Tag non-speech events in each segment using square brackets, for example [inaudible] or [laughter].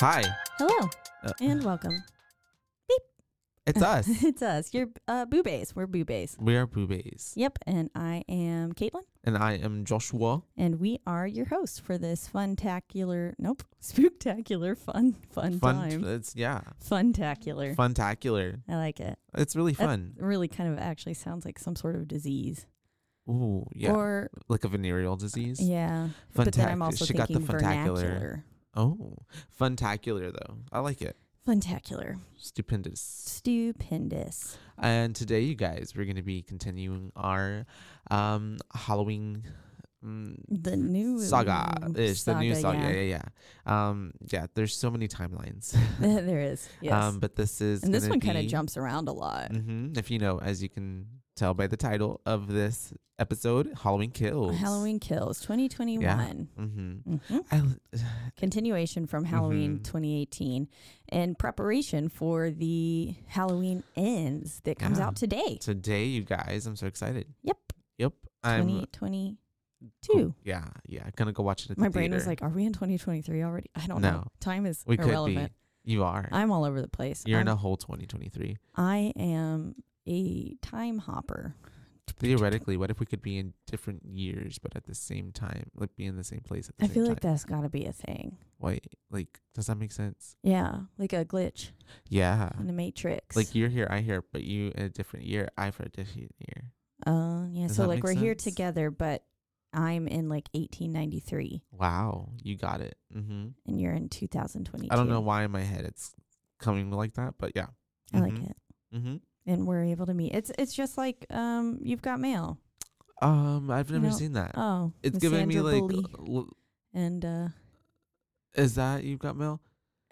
Hi, Hello Uh, and welcome. [laughs] it's us. it's us. You're uh, Boo Bays. We're Boo Bays. we are boobies. Yep, and I am Caitlin, And I am Joshua. and we are your hosts for this funtacular, nope, [laughs] spooktacular, fun, fun, time, It's yeah. funtacular. Funtacular. I like it. It's really That fun. really kind of actually sounds like some sort of disease. Ooh, yeah. Or like a venereal disease. yeah, but then I'm Funtac- also she got the thinking funtacular. vernacular. Oh. Funtacular though. I like it. Funtacular, Stupendous. stupendous. And today you guys, we're gonna be continuing our um Halloween mm, The new saga ish. The new saga. Yeah. yeah. yeah, yeah. Um yeah, there's so many timelines. [laughs] there is. Yes. eh? Um but this is and this gonna one kind of be- jumps around a lot. hmm If you know, as you can tell by the title of this episode, Halloween Kills. Halloween Kills 2021. hmm Mhm. I, l- Continuation from Halloween Mhm. 2018 and preparation for the Halloween Ends that comes Yeah. out today. today, you guys, I'm so excited. Yep. Yep. I'm. 2022. go- yeah, yeah. Gonna go watch it. At the My brain was theater. like, are we in 2023 already? I don't know. No. Time is we irrelevant. could be. You are. I'm all over the place. You're in I'm- a whole 2023. I am a time hopper. Theoretically, what if we could be in different years, but at the same time, like be in the same place at the I same feel time? like that's got to be a thing. Wait, like, does that make sense? Yeah, like a glitch Yeah. in the matrix. Uh, Like you're here, I here, but you in a different year, I for a different year. Uh, yeah. Does So that like make we're here sense? together, but I'm in like 1893 Wow, you got it. Mm-hmm. and you're in 2022. I don't know why in my head it's coming like that, but yeah. I like it. hmm And we're able to meet. It's it's just like um you've got mail. Um, I've You never know, seen that. Oh, it's with giving me Sandra like, Bully l- and uh is that you've got mail?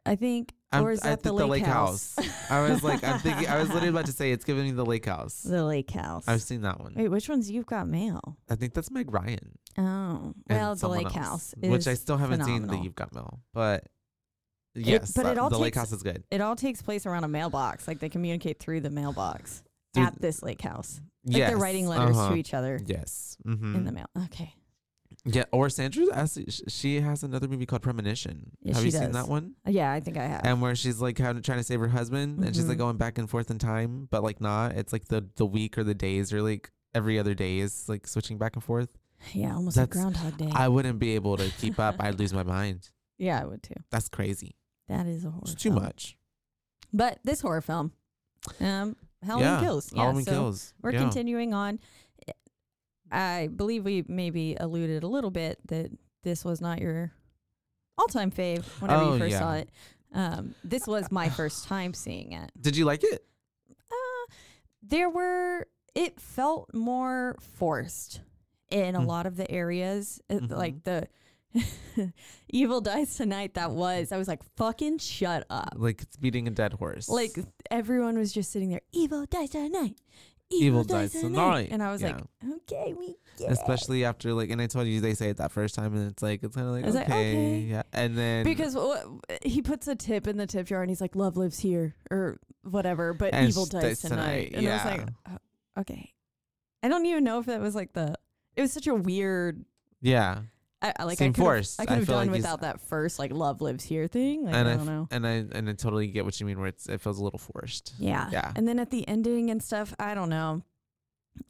I think I'm- or is I that the think lake, house? I was like, I'm thinking. I was literally about to say it's giving me the lake house. [laughs] the lake house. I've seen that one. Wait, which one's you've got mail? I think that's Meg Ryan. Oh, and well, the someone lake else, house, which I is still haven't seen. phenomenal. The you've got mail, but yes, but it uh, all the lake takes- house is good. It all takes place around a mailbox. Like they communicate through the mailbox Dude, at this lake house. Like yes, they're writing letters uh-huh, to each other Yes. Mm-hmm. in the mail. Okay. Yeah, or Sandra, has- sh- she has another movie called Premonition. Yeah, Have she you seen that does. one? Yeah, I think I have. And where she's like kind of trying to save her husband, and she's like Mhm. going back and forth in time, but like not. It's like the the week or the days or like every other day is like switching back and forth. yeah, almost like that's- Groundhog Day. I wouldn't be able to keep up. I'd lose my mind. yeah, I would too. That's crazy. That is a horror. It's too film. much. But this horror film, um, Halloween yeah. Kills. Yeah, Halloween so kills. We're yeah. continuing on. I believe we maybe alluded a little bit that this was not your all-time fave whenever Oh, you first yeah. saw it. Um, this was my first time seeing it. Did you like it? Uh, there were it felt more forced in a Mm. Mm-hmm. lot of the areas uh, th- like the [laughs] evil dies tonight that was i was like fucking shut up Like it's beating a dead horse. like everyone was just sitting there evil dies tonight Evil dies tonight. And I was Yeah. like, okay, we get it. especially after like and i told you they say it that first time and it's like it's kind of like, I was okay, like, okay. yeah and then Because what, he puts a tip in the tip jar and he's like, love lives here or whatever, but And evil sh- dies dies tonight, tonight. And I was like, "Oh, okay. I don't even know if that was like the, it was such a weird, yeah I, I- like I Seemed could've- forced. I I could have feel done like he's- without that first like love lives here thing. Like, and I, I, don't know. and i and i totally get what you mean where it's it feels a little forced Yeah. Yeah. And then at the ending and stuff, I don't know.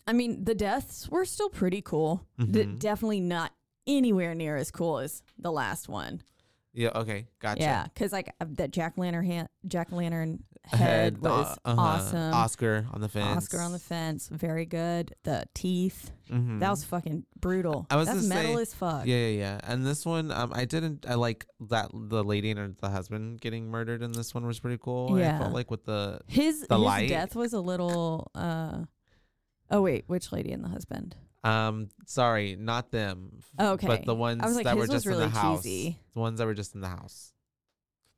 I mean, the deaths were still pretty cool. D- Mhm. definitely not anywhere near as cool as the last one. yeah okay gotcha Yeah, because like uh, that jack lantern hand, jack lantern head Head, the- was uh-huh. awesome. oscar on the fence Oscar on the fence, very good. The teeth, Mhm. that was fucking brutal. I was That's gonna metal say- as fuck. yeah, yeah, yeah. And this one, um, I didn't. I like that the lady and her, the husband getting murdered in this one was pretty cool. Yeah. I felt like with the His The his light. death was a little. uh Oh wait, which lady and the husband? Oh, um, sorry, not them. Okay, but the ones I was like, that were his was just really in the house. cheesy. The ones that were just in the house.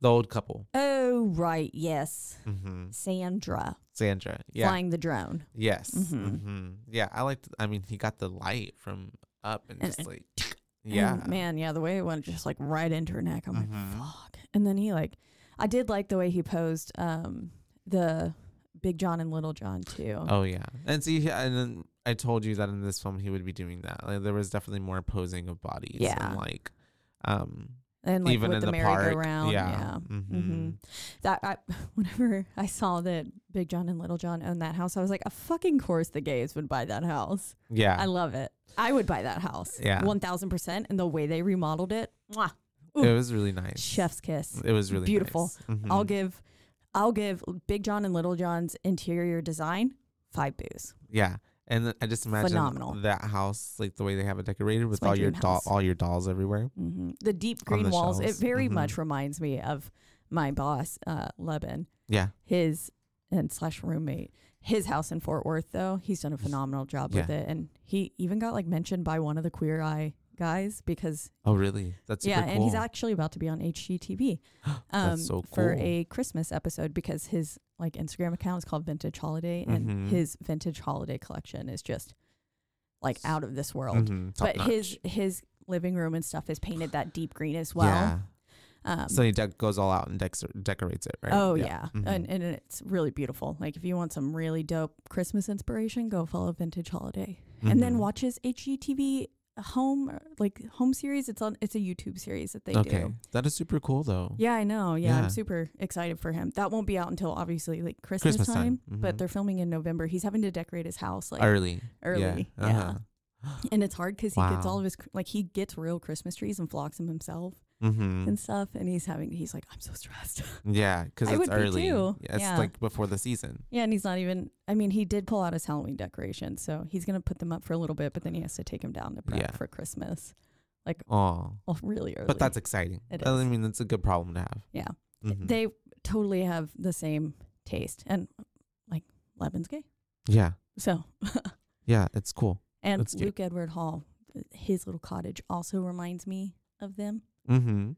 The old couple. Oh right, yes, Mm-hmm. Sandra Sandra. Yeah. flying the drone. Yes. Mhm. Mm-hmm. Yeah. I liked. I mean, he got the light from up and And- just like. [laughs] Yeah. And man, yeah, the way it went just like right into her neck. I'm Mhm. like, fuck. And then he like I did like the way he posed um the Big John and Little John too. Oh yeah. And see, he- and then I told you that in this film he would be doing that. Like, there was definitely more posing of bodies. Yeah. And like, um, and like even with in the, the, park. merry-go-round. Yeah. yeah. Mm-hmm. Mhm. That I [laughs] whenever I saw that Big John and Little John owned that house, I was like, a fucking course the gays would buy that house. Yeah. I love it. I would buy that house. Yeah. One thousand percent. And the way they remodeled it, mwah, it was really nice. chef's kiss. It was really beautiful. Nice. Mhm. I'll give I'll give Big John and Little John's interior design five boos. Yeah. And then I just imagine Phenomenal. that house, like the way they have it decorated with my all your dream doll, house. Mm. all your dolls everywhere. The deep On green the walls. shelves. It very Mhm. much reminds me of my boss, uh, Levin, Yeah. his and slash roommate. His house in Fort Worth, though, he's done a phenomenal job with Yeah. it, and he even got like mentioned by one of the Queer Eye guys because Oh, really? That's super yeah, and he's cool. actually about to be on [gasps] HGTV um, That's so for cool. a Christmas episode because his like Instagram account is called Vintage Holiday, and Mhm. his vintage holiday collection is just like out of this world. Mhm, top But his his living room and stuff is painted that deep green as well. Yeah. Um, Sunny Deck goes all out and dex- decorates it, right? Oh yeah, and Mhm. and it's really beautiful. Like if you want some really dope Christmas inspiration, go follow Vintage Holiday, and then Mhm. watch his HGTV home uh, like home series. It's on. It's a YouTube series that they okay, do. that is super cool though. Yeah, I know. Yeah, Yeah. I'm super excited for him. That won't be out until obviously like Christmas, Christmas time, time, but mhm. they're filming in November. He's having to decorate his house like early, early, yeah. Uh-huh. and it's hard because he gets Wow. all of his cr- like he gets real Christmas trees and flocks them himself Mm-hmm. and stuff. And he's having he's like I'm so stressed. [laughs] Yeah, because I it's would be early. too, Yeah, It's yeah. like before the season. Yeah, and he's not even. I mean, he did pull out his Halloween decorations, so he's gonna put them up for a little bit, but then he has to take them down to prep Yeah. for Christmas. Oh, Well, really early. but that's exciting. It I is. mean, that's a good problem to have. Yeah. Mhm. they totally have the same taste, and like Levin's gay, yeah, so yeah, it's cool. and That's cute. Luke Edward Hall, his little cottage also reminds me of them. Mm-hmm.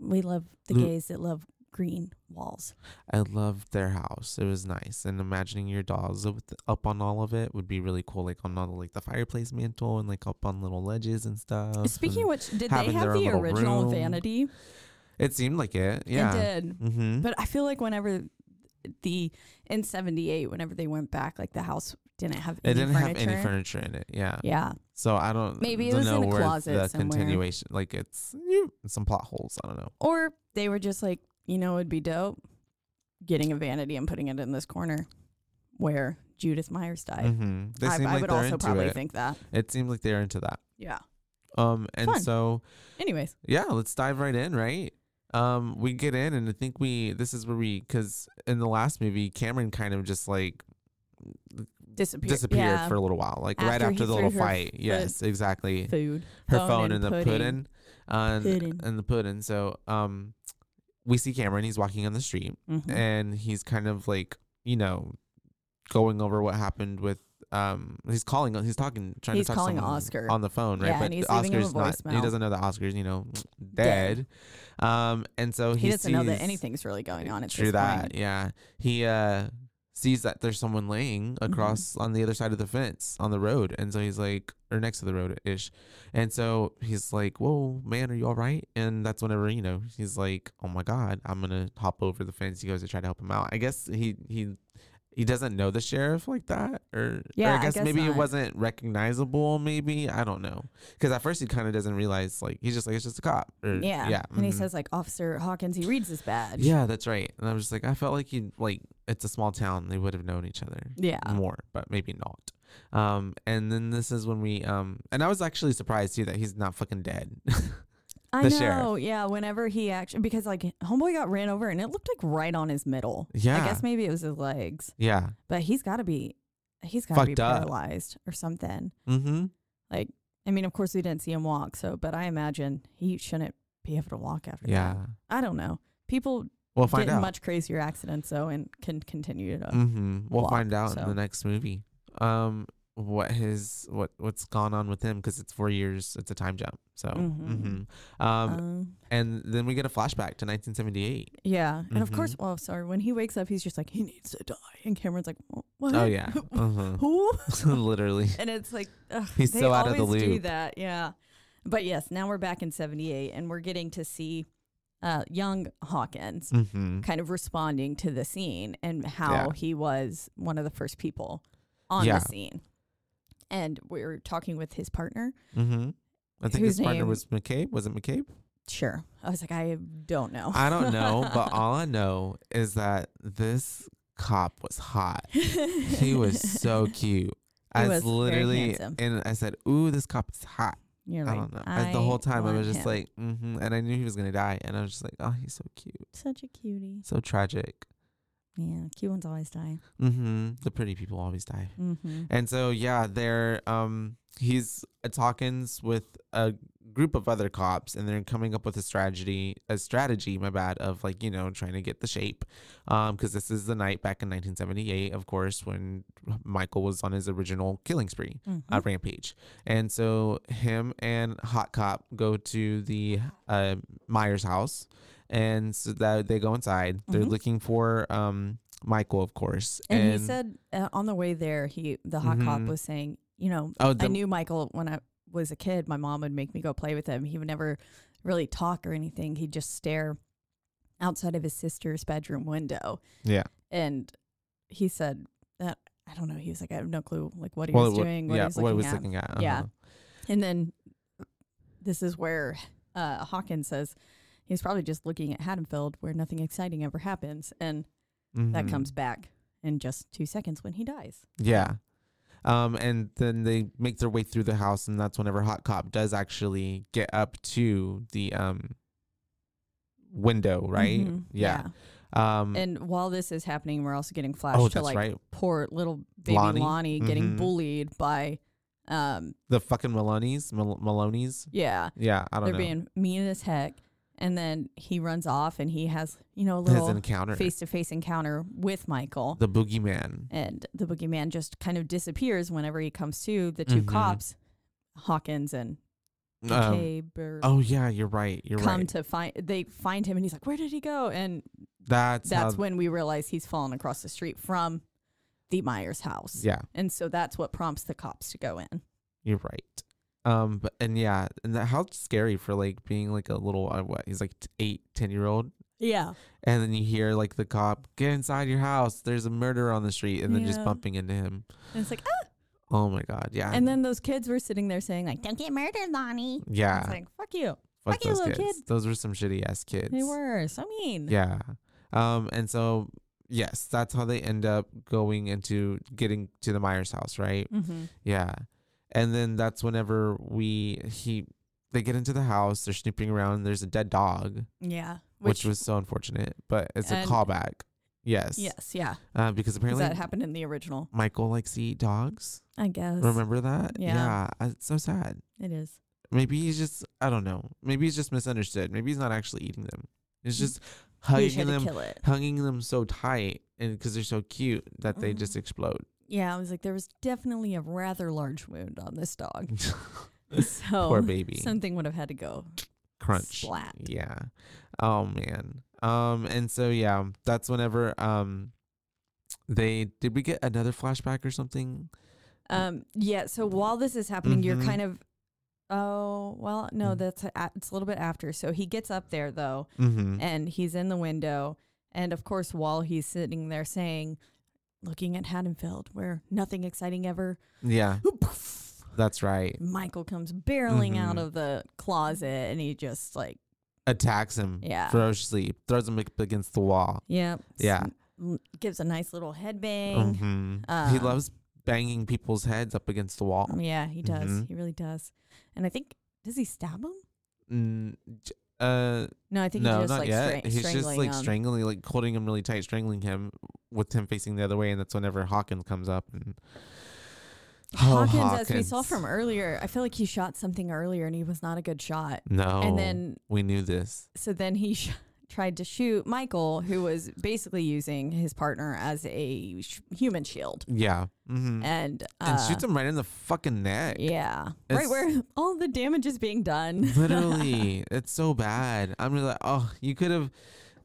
We love the Lu- gays that love green walls. I loved their house. It was nice, and imagining your dolls up with- up on all of it would be really cool. Like on all the, like the fireplace mantle and like up on little ledges and stuff. Speaking of and which, did they having have their the own little original room. vanity? it seemed like it. Yeah. It did. Mm-hmm. But I feel like whenever the in '78, whenever they went back, like the house didn't have It any didn't furniture. have any furniture in it. Yeah. Yeah, So I don't. Maybe it don't was in know a where closet The somewhere. continuation, like it's some plot holes. I don't know. or they were just like, you know, it'd be dope getting a vanity and putting it in this corner where Judith Myers died. hmm They I, seem I like would they're also into probably it. think that. it seems like they're into that. Yeah. Um, and Fun. so Anyways, yeah, let's dive right in, right? Um, we get in, and I think we this is where we because in the last movie, Cameron kind of just like disappeared. disappeared yeah. for a little while, like right After he after the threw little her fight. foot- Yes, exactly. food. Her phone phone, and and, the pudding. pudding, uh, and, Pudding. and the pudding. So um, we see Cameron. He's walking on the street. Mhm. and he's kind of like you know going over what happened with um he's calling he's talking trying He's to talk to calling someone Oscar. on the phone right Yeah, and he's leaving him a Oscar's not voicemail. he doesn't know that Oscar's you know Dead. dead, um and so He he, doesn't know that sees- anything's really going on at true this that point. yeah he uh sees that there's someone laying across Mm-hmm. on the other side of the fence on the road. And so he's like, or next to the road ish. And so he's like, whoa, man, are you all right? And that's whenever, you know, he's like, oh my God, I'm going to hop over the fence. He goes to try to help him out. I guess he, he, he doesn't know the sheriff like that, or Yeah, or I I guess, guess maybe it not. wasn't recognizable. Maybe I don't know, because at first he kind of doesn't realize. Like he's just like it's just a cop. Or, Yeah. And he mhm. says like Officer Hawkins, he reads his badge. Yeah, that's right. And I was just like, I felt like you like it's a small town. They would have known each other Yeah. more, but maybe not. Um, and then this is when we um, and I was actually surprised too that he's not fucking dead. [laughs] I The know. sheriff. Yeah. Whenever he actually, because like homeboy got ran over and it looked like right on his middle. I Yeah. guess maybe it was his legs, yeah. but he's got to be, he's got to be Fucked up. paralyzed or something. Mm-hmm. Like, I mean, of course we didn't see him walk. So, but I imagine he shouldn't be able to walk after Yeah. that. I don't know. People We'll get find in out. much crazier accidents though and can continue to. mm-hmm. We'll walk, find out in so. the next movie. Um, what his what what's gone on with him because it's four years. It's a time jump. So. Mhm. mhm. Um, Um, and then we get a flashback to 1978. yeah. And of mhm. course, well, sorry. When he wakes up, he's just like, he needs to die. And Cameron's like, "Wha- what? Oh [laughs] yeah. Uh-huh. [laughs] Who? Literally. [laughs] and it's like ugh, He's they so out of the always Do loop. that, yeah. But yes, now we're back in '78, and we're getting to see uh, young Hawkins Mm-hmm. kind of responding to the scene and how Yeah. he was one of the first people on Yeah. the scene. And we were talking with his partner. Mm-hmm. I think his Whose partner name- was McCabe. Was it [laughs] McCabe? Sure, I was like, I don't know. I don't know, but all I know is that this cop was hot. He was [laughs] so cute. I was was very literally, handsome. and I said, "Ooh, this cop is hot." You're I like, don't know. And the whole time, I want was just him." like, mm-hmm, and I knew he was gonna die, and I was just like, "Oh, he's so cute, such a cutie. so tragic." Yeah, cute ones always die. Mm-hmm. The pretty people always die. Mm-hmm. And so yeah, they're um he's uh, talking with a group of other cops and they're coming up with a strategy a strategy, my bad, of like, you know, trying to get the shape. Um, because this is the night back in nineteen seventy eight, of course, when Michael was on his original killing spree, Mm-hmm. uh, rampage. And so him and Hot Cop go to the uh Myers house and so that they go inside. They're looking for um Michael, of course. Mm-hmm. And, Mm-hmm. he said uh, on the way there, he the hot cop Mhm. was saying, you know, Oh, I the- knew Michael when I was a kid. My mom would make me go play with him. He would never really talk or anything. He'd just stare outside of his sister's bedroom window. Yeah. And he said that I don't know. He was like, I have no clue, like what he Well, was it wa- doing, what yeah, he was looking at. looking at. Yeah. uh-huh. And then this is where uh, Hawkins says he was probably just looking at Haddonfield, where nothing exciting ever happens, and that Mhm. comes back in just two seconds when he dies. Yeah. Um, and then they make their way through the house, and that's whenever Hot Cop does actually get up to the um window, right? Mhm, Yeah. Um, And while this is happening, we're also getting flashed Oh, to that's like right. poor little baby Lonnie, Lonnie. getting Mhm. bullied by, um, the fucking Maloney's, Mal- Maloney's. yeah, Yeah, I don't they're know. being mean as heck. And then he runs off and he has, you know, a His little encounter, face to face encounter with Michael. the boogeyman. and the boogeyman just kind of disappears whenever he comes to the 2 Mhm. cops, Hawkins and Um, McCabe, or oh yeah, you're right. You're come right. to find, they find him and he's like, where did he go? And that's that's how- when we realize he's fallen across the street from the Myers house. Yeah, And so that's what prompts the cops to go in. you're right. Um, but and yeah, and that, how scary for like being like a little uh, what? He's like t- eight, ten year old. Yeah. And then you hear like the cop, get inside your house. There's a murderer on the street. And then Yeah. just bumping into him. And it's like, ah. Oh my God. Yeah. And then those kids were sitting there saying, like, don't get murdered, Lonnie. yeah. It's like, fuck you. fuck fuck you, those little kids. kid. Those were some shitty ass kids. They were so mean. Yeah. Um, and so, yes, that's how they end up going into getting to the Myers house, right? Mm-hmm. Yeah. And then that's whenever we, he, they get into the house, they're snooping around, there's a dead dog, Yeah. which, was so unfortunate, but it's a And- callback. Yes. [laughs] yes, yeah. 'Cause Uh, because apparently that happened in the original, Michael likes to eat dogs. I guess. Remember that? Yeah. I- It's so sad. It is. Maybe he's just, I don't know. Maybe he's just misunderstood. Maybe he's not actually eating them. It's Mm. just hugging tried to them, kill it. hugging them so tight and because they're so cute that Mm. they just explode. Yeah, I was like, there was definitely a rather large wound on [laughs] this dog. Oh, So Poor baby. Something would have had to go. Crunch. splat. Yeah. Oh, man. Um, and so, yeah, that's whenever, um, They did we get another flashback or something? Um, yeah. So while this is happening, you're Mhm. kind of, oh well, no, Mm. that's a, it's a little bit after. So he gets up there though, Mm-hmm. and he's in the window, and of course, while he's sitting there saying, looking at Haddonfield, where nothing exciting ever, Yeah, that's right. Michael comes barreling out Mhm. of the closet, and he just like, Attacks him Yeah. ferociously, throws him up against the wall. yeah, s- Yeah. l- gives a nice little headbang. hmm he Um, loves banging people's heads up against the wall. Yeah, he does. Mhm. He really does. And I think does he stab him? Mm, j- uh, No, I think no, he just not like yet. stra- He's just strangling like him. strangling, like holding him really tight, strangling him with him facing the other way, and that's whenever Hawkins comes up and. Oh, Hawkins, as we saw Hawkins. from earlier, I feel like he shot something earlier and he was not a good shot. No, And then, we knew this. so then he sh- tried to shoot Michael, who was basically using his partner as a sh- human shield. Yeah, hmm And, uh, and shoots him right in the fucking neck. Yeah. [laughs] right It's- where all the damage is being done. Literally, it's so bad. I'm just like, oh, you could have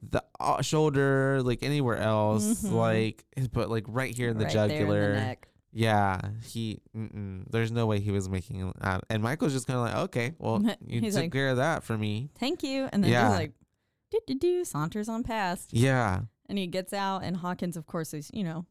the uh, shoulder, like anywhere else, Mhm. like, but like right here in the [laughs] Right there in the jugular. neck. Yeah, he. Mm-mm, there's no way he was making it out. And Michael's just kind of like, okay, [laughs] well, you He's took like- care of that for me. Thank you. And then Yeah. he's like, do, do, do, saunters on past. Yeah. And he gets out, and Hawkins, of course, is, you know,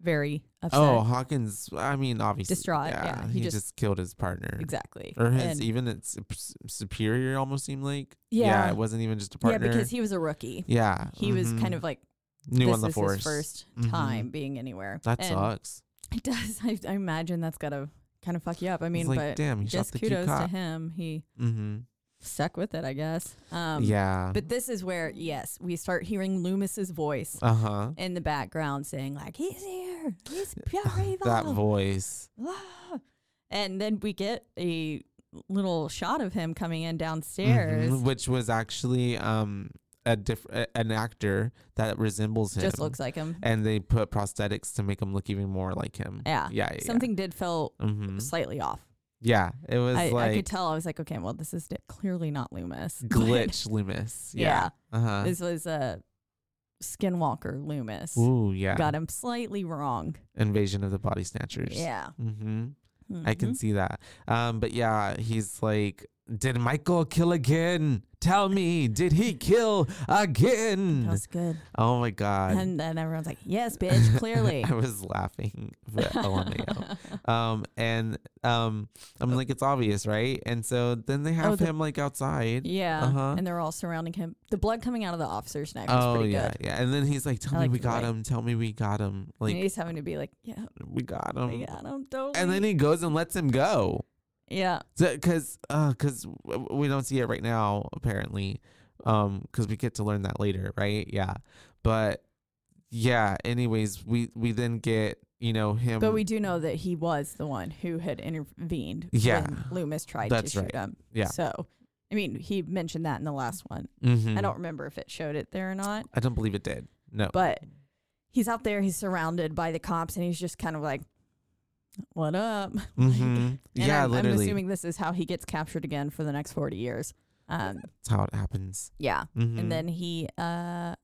very upset. Oh, Hawkins. I mean, obviously, Distraught, yeah, he, he just, just- killed his partner. exactly. Or his And- even its sup- superior almost seemed like. Yeah. It wasn't even just a partner. Yeah, because he was a rookie. Yeah. He was kind mhm. of like new this on the is force. his first Mhm. time being anywhere. That And sucks. [laughs] It does. I, I imagine that's gotta kind of fuck you up. I mean, like, but damn, he shot just the cute kudos to cop. him. He Mm-hmm. stuck with it, I guess. Um, yeah. But this is where, yes, we start hearing Loomis's voice Uh huh. in the background saying like, "He's here. [laughs] He's pure That voice. And then we get a little shot of him coming in Mhm, downstairs. [laughs] which was actually um a diff- a- an actor that resembles him. Just looks like him. And they put prosthetics to make him look even more like him. Yeah. Yeah. yeah Something did feel Yeah. hmm slightly off. yeah it was I, like I could tell. I was like, okay, well, this is di- clearly not Loomis. [laughs] But glitch Loomis. Yeah. Uh huh. this was a Skinwalker Loomis. Ooh yeah. Got him slightly wrong. Invasion of the Body Snatchers. Yeah. Mm-hmm. I can Mhm. see that. Um, but yeah, he's like, did Michael kill again? Tell me, did he kill That again? was good. Oh my god. And then everyone's like, [laughs] yes, bitch, clearly. I was laughing, oh, but LMAO. [laughs] um, and um, I'm like, it's obvious, right? And so then they have Oh, the- him like outside. yeah. Uh-huh. And they're all surrounding him. The blood coming out of the officer's neck was Oh pretty yeah, good. yeah. And then he's like, "Tell I me like we the got way- him. Tell me we got him. And Like he's "Oh, having to be like, yeah, we got him." we got him. Totally. And then he goes and lets him go. yeah. So, cause, uh, 'cause w- w- we don't see it right now, apparently, um, 'cause we get to learn that later, right? Yeah, but yeah. Anyways, we we then get you know him. But we do know that he was the one who had intervened. Yeah. When Loomis tried That's to shoot right. him. Yeah. So, I mean, he mentioned that in the last one. Mhm. I don't remember if it showed it there or not, I don't believe it did. No. but he's out there. He's surrounded by the cops, and he's just kind of like, "What up?" Like, Mhm. and yeah, I'm, I'm literally. assuming this is how he gets captured again for the next forty years. Um, That's how it happens. yeah, Mhm. and then he, uh,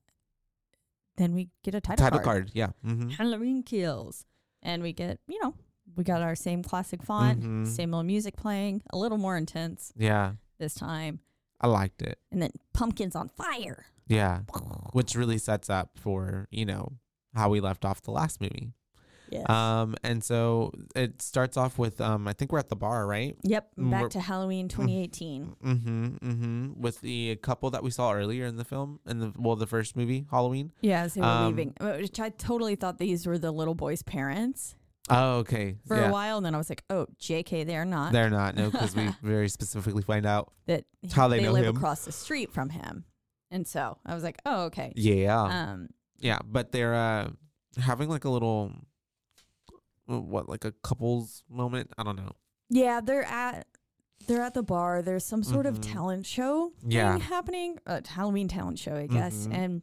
then we get a title, title card. Yeah. hmm Halloween kills, and we get you know we got our same classic font, Mhm. same little music playing, a little more intense Yeah. this time, I liked it. and then pumpkins on fire. [laughs] Yeah. Which really sets up for, you know, how we left off the last movie. Yeah. Um, and so it starts off with, um, I think we're at the bar, right? Yep, Mm, we're- back to Halloween 2018. Mm-hmm. Mm-hmm. With the couple that we saw earlier in the film, in the well, the first movie, Halloween. Yeah, as they were Um, leaving, uh, which I totally thought these were the little boy's parents Oh, okay. for yeah. a while, and then I was like, "Oh, J.K., they're not." They're not no, because [laughs] we very specifically find out. that It's how they know live him. across the street from him, and so I was like, "Oh, okay." Yeah. Um, Yeah, but they're uh, having like a little, uh, what, like a couples moment? I don't know. yeah, they're at they're at the bar. There's some sort Mhm. of talent show Yeah. thing happening, a Halloween talent show, I guess, Mhm. and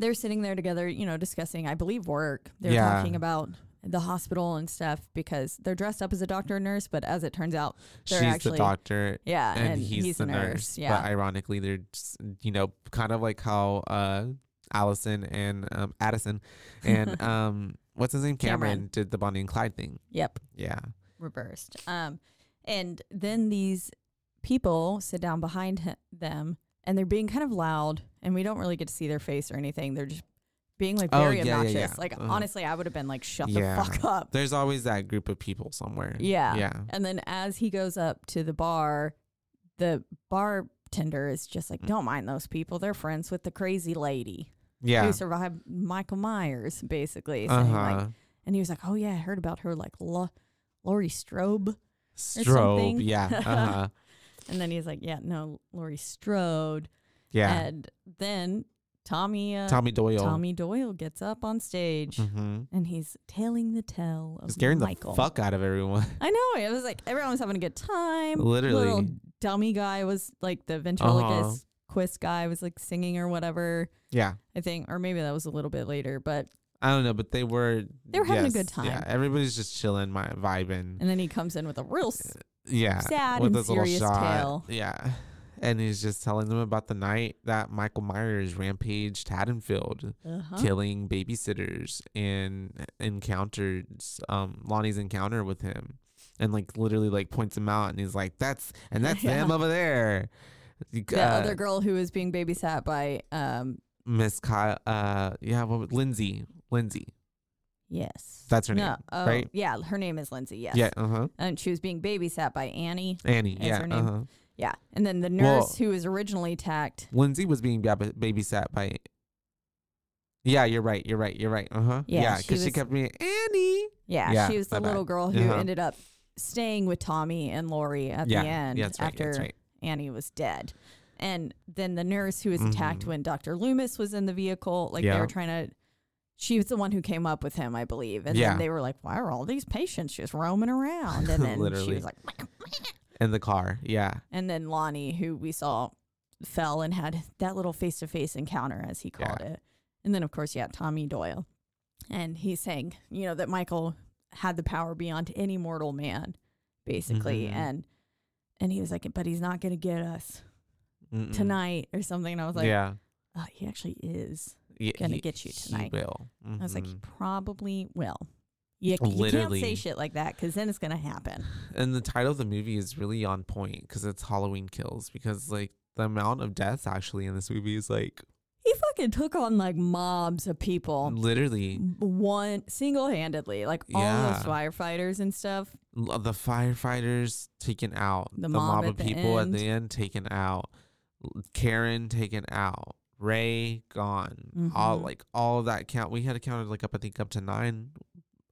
they're sitting there together, you know, discussing, I believe, work. They're Yeah. talking about the hospital and stuff because they're dressed up as a doctor and nurse, but as it turns out, they're She's actually the doctor Yeah, and, he's, the a nurse. Yeah, But ironically, they're just, you know, kind of like how uh, Allison and um, Addison, [laughs] and um, what's his name? Cameron, Cameron. did the Bonnie and Clyde thing. Yep. Yeah. Reversed. Um, and then these people sit down behind h- them and they're being kind of loud and we don't really get to see their face or anything. They're just being like Oh, very yeah, yeah, obnoxious. yeah. Like Uh-huh. honestly, I would have been like, shut Yeah. the fuck up. There's always that group of people somewhere. Yeah. Yeah. And then as he goes up to the bar, the bartender is just Mm. like, don't mind those people. They're friends with the crazy lady Yeah. who survived Michael Myers, basically. Uh saying, like- huh. and he was like, oh, yeah, I heard about her, like La- Lori Strobe. something. Strobe. [laughs] Yeah. Uh huh. And then he's like, yeah, no, Lori Strode. Yeah. And then Tommy, uh, Tommy Doyle. Tommy Doyle gets up on stage Mm-hmm. and he's telling the tell of Scaring Michael. the fuck out of everyone. [laughs] I know. It was like everyone was having a good time. Literally. Uh-huh. Little dummy guy was like the ventriloquist quist guy was like singing or whatever, yeah. I think. Or maybe that was a little bit later, but I don't know, but they were They were having a good Yeah, time. everybody's just chilling, my vibing. and then he comes in with a real s- yeah, sad and this little serious shot. tale. Yeah, and he's just telling them about the night that Michael Myers rampaged Haddonfield, uh-huh. killing babysitters and encountered um, Lonnie's encounter with him, and like literally like points him out, and he's like, "That's and [laughs] that's Yeah. them over there." Uh, You the got other girl who was being babysat by um Miss Kyle, uh, yeah, what, was- Lindsay, Lindsay, yes. That's her no, name, oh, right? Yeah, her name is Lindsay, yes. yeah, uh huh, And she was being babysat by Annie. Annie, Is yeah, her uh name? huh. Yeah. And then the Well- nurse who was originally attacked. Lindsay was being bab- babysat by. Yeah, you're right. You're right. You're right. Uh huh. Yeah, Yeah, she because she, was- kept me Annie. Yeah, Yeah, she was the my bad. little girl who Uh-huh. ended up staying with Tommy and Lori at yeah, the end yeah, that's right. after That's right. Annie was dead. And then the nurse who was attacked Mhm. when Dr. Loomis was in the vehicle, like they Yeah. were trying to, she was the one who came up with him, I believe. And Yeah. then they were like, why are all these patients just roaming [laughs] around? And then she Literally. was like, In the car. Yeah. and then Lonnie, who we saw fell and had that little face to face encounter, as he called it. And then, of course, yeah, Tommy Doyle. And he's saying, you know, that Michael had the power beyond any mortal man, basically. Mhm. And and he was like, but he's not going to get us Mm-mm. tonight or something. And I was like, Mm. yeah. oh, he actually is. Yeah, gonna he- get you he tonight. will. I was like, he Mhm. probably will. You, you can't say Literally. shit like that because then it's going to happen. and the title of the movie is really on point because it's Halloween Kills because like the amount of deaths actually in this movie is like He fucking took on like mobs of people. literally one single handedly, like all Yeah. those firefighters and stuff. l- the firefighters taken out, The the, mob mob, at of the people end. at the end taken out, l- Karen taken out, Ray gone. All Mhm. like all of that count. We had counted like up I think up to nine,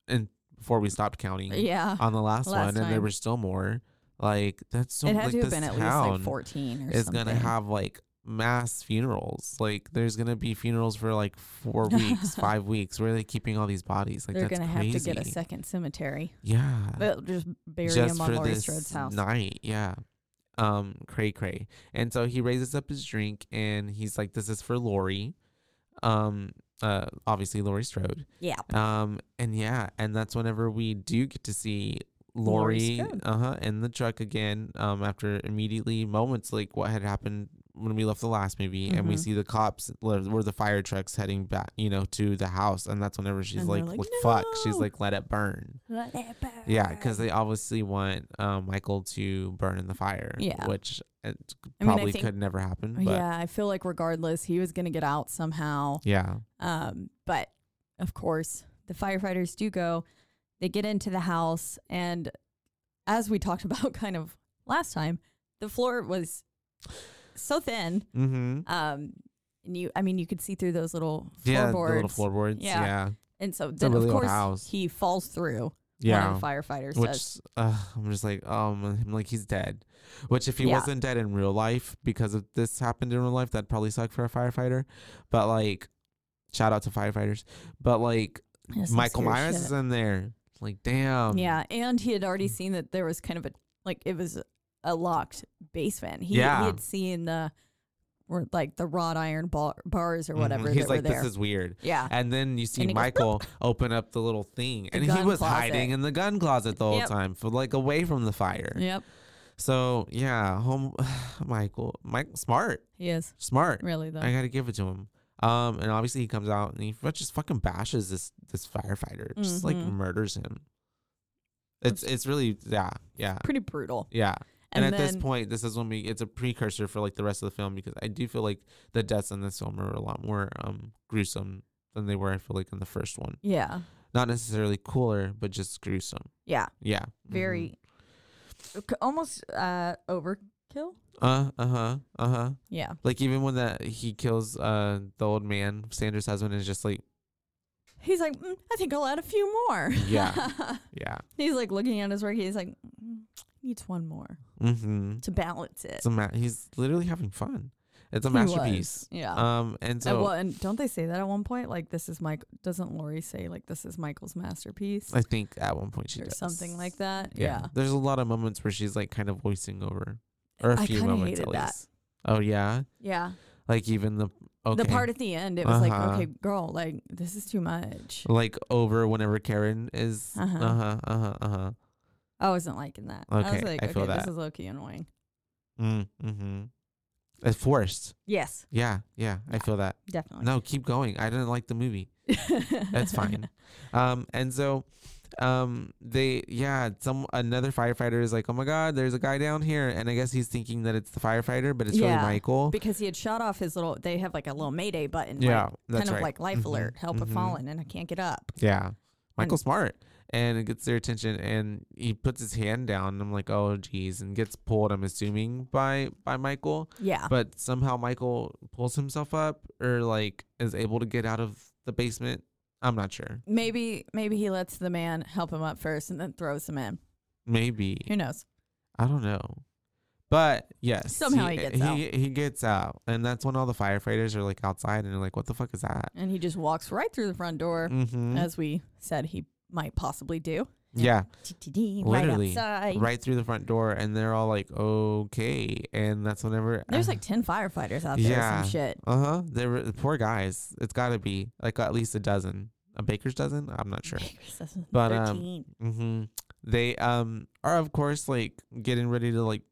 and before we stopped counting Yeah. on the last, Last one, and there time. were still more. Like that's so. it like, had to have this been at least town like 14 or is something. gonna have like mass funerals. Like there's gonna be funerals for like [laughs] four weeks, five weeks. Where are they keeping all these bodies? Like They're that's going to have crazy. Uh, to get a second cemetery. Yeah They'll just bury him on Laurie Strode's house. night. Yeah. Um, cray cray. And so he raises up his drink and he's like, This is for Lori. Um, uh, obviously Lori Strode. yeah. Um, and yeah, and that's whenever we do get to see Lori, Strode. uh huh, in the truck again. Um, after immediately moments like what had happened when we left the last movie, and we Mhm. see the cops where where the fire trucks heading back, you know, to the house, and that's whenever she's And they're like, like, like "Fuck," she's "No." like, "Let it burn." Yeah, because they obviously want um, Michael to burn in the fire. Yeah. which it I mean, I probably think- could never happen. But yeah, yeah, I feel like regardless, he was going to get out somehow. yeah, Um, but of course, the firefighters do go. They get into the house, and as we talked [laughs] about kind of last time, the floor was so thin. mm-hmm. Um, and you, I mean, you could see through those little yeah, the floorboards. little floorboards. Yeah. Yeah, And so then, really of old course, house. he falls through. yeah. One of the firefighters Which says, uh, I'm just like, um, I'm like he's dead. Which if he Yeah. wasn't dead in real life because of this happened in real life, that'd probably suck for a firefighter. But like, shout out to firefighters. But like, "That's some Michael serious Myers shit." is in there. Like, damn. yeah, and he had already seen that there was kind of a like it was a locked basement. He, Yeah. he had seen the or like the wrought iron bar, bars or Mhm. whatever He's that like, were there. this is weird. yeah, And then you see And he goes, Michael open up the little thing, and he gun was closet. hiding in the gun closet the whole Yep. time, for like away from the fire. Yep. So yeah, home, [sighs] Michael, Mike, smart, He is. smart. Really, though. I gotta give it to him. Um, and obviously he comes out and he f- just fucking bashes this this firefighter, just like Mhm. murders him. It's it's really yeah yeah Pretty brutal. yeah. And, And at this then- point, this is when we it's a precursor for like the rest of the film because I do feel like the deaths in this film are a lot more um gruesome than they were. I feel like in the first one, Yeah. not necessarily cooler, but just gruesome. Yeah. Yeah, Very Mm-hmm. c- almost uh overkill. Uh uh huh uh huh. Yeah. Like even when that he kills uh the old man, Sanders' husband is just like He's like, mm, I think I'll add a few more. Yeah. yeah. [laughs] he's like looking at his work. He's like, mm, needs one more Mm-hmm. to balance it. It's a ma- he's literally having fun. It's a He was, masterpiece. Yeah. Um and Uh, so well, and don't they say that at one point? Like, this is Mike. Doesn't Lori say like this is Michael's masterpiece I think at one point she or does something like that? There's a lot of moments where she's like kind of voicing over, or a I few kinda moments hated at that. least. Oh yeah, Yeah. like even the okay. The part at the end, it was Uh-huh. like, okay, girl, like this is too much. like over whenever Karen is uh Uh-huh. huh uh huh uh huh. I wasn't liking that. I was Okay, like, I okay, feel this that. is low key annoying. Mm hmm. It's forced. Yes, Yeah yeah. I feel that. definitely. No, keep going. I didn't like the movie. [laughs] That's fine. um, and so, um, they yeah, some another firefighter is like, oh my god, there's a guy down here, and I guess he's thinking that it's the firefighter, but it's Yeah. really Michael. because he had shot off his little. They have like a little mayday button. yeah, like, that's kind of right. like life Mhm, alert, help mhm. a fallen, and I can't get up. Yeah, Michael's smart, and it gets their attention, and he puts his hand down. And I'm like, oh geez, and gets pulled. I'm assuming by by Michael, Yeah, but somehow Michael pulls himself up, or like is able to get out of the basement. I'm not sure. maybe maybe he lets the man help him up first, and then throws him in. Maybe Who knows? I don't know. But yes, Somehow he gets he, out. He gets out, and that's when all the firefighters are like outside, and they're like, "What the fuck is that?" And he just walks right through the front door, Mm-hmm. as we said he might possibly do. yeah, Literally, Literally, right outside. right through the front door, and they're all like, "Okay," and that's whenever There's like ten firefighters out there. or Yeah. Some shit. uh huh, they were poor guys. It's got to be like at least a dozen, a baker's dozen. I'm not sure. But, um, Mm-hmm. They um are of course like getting ready to like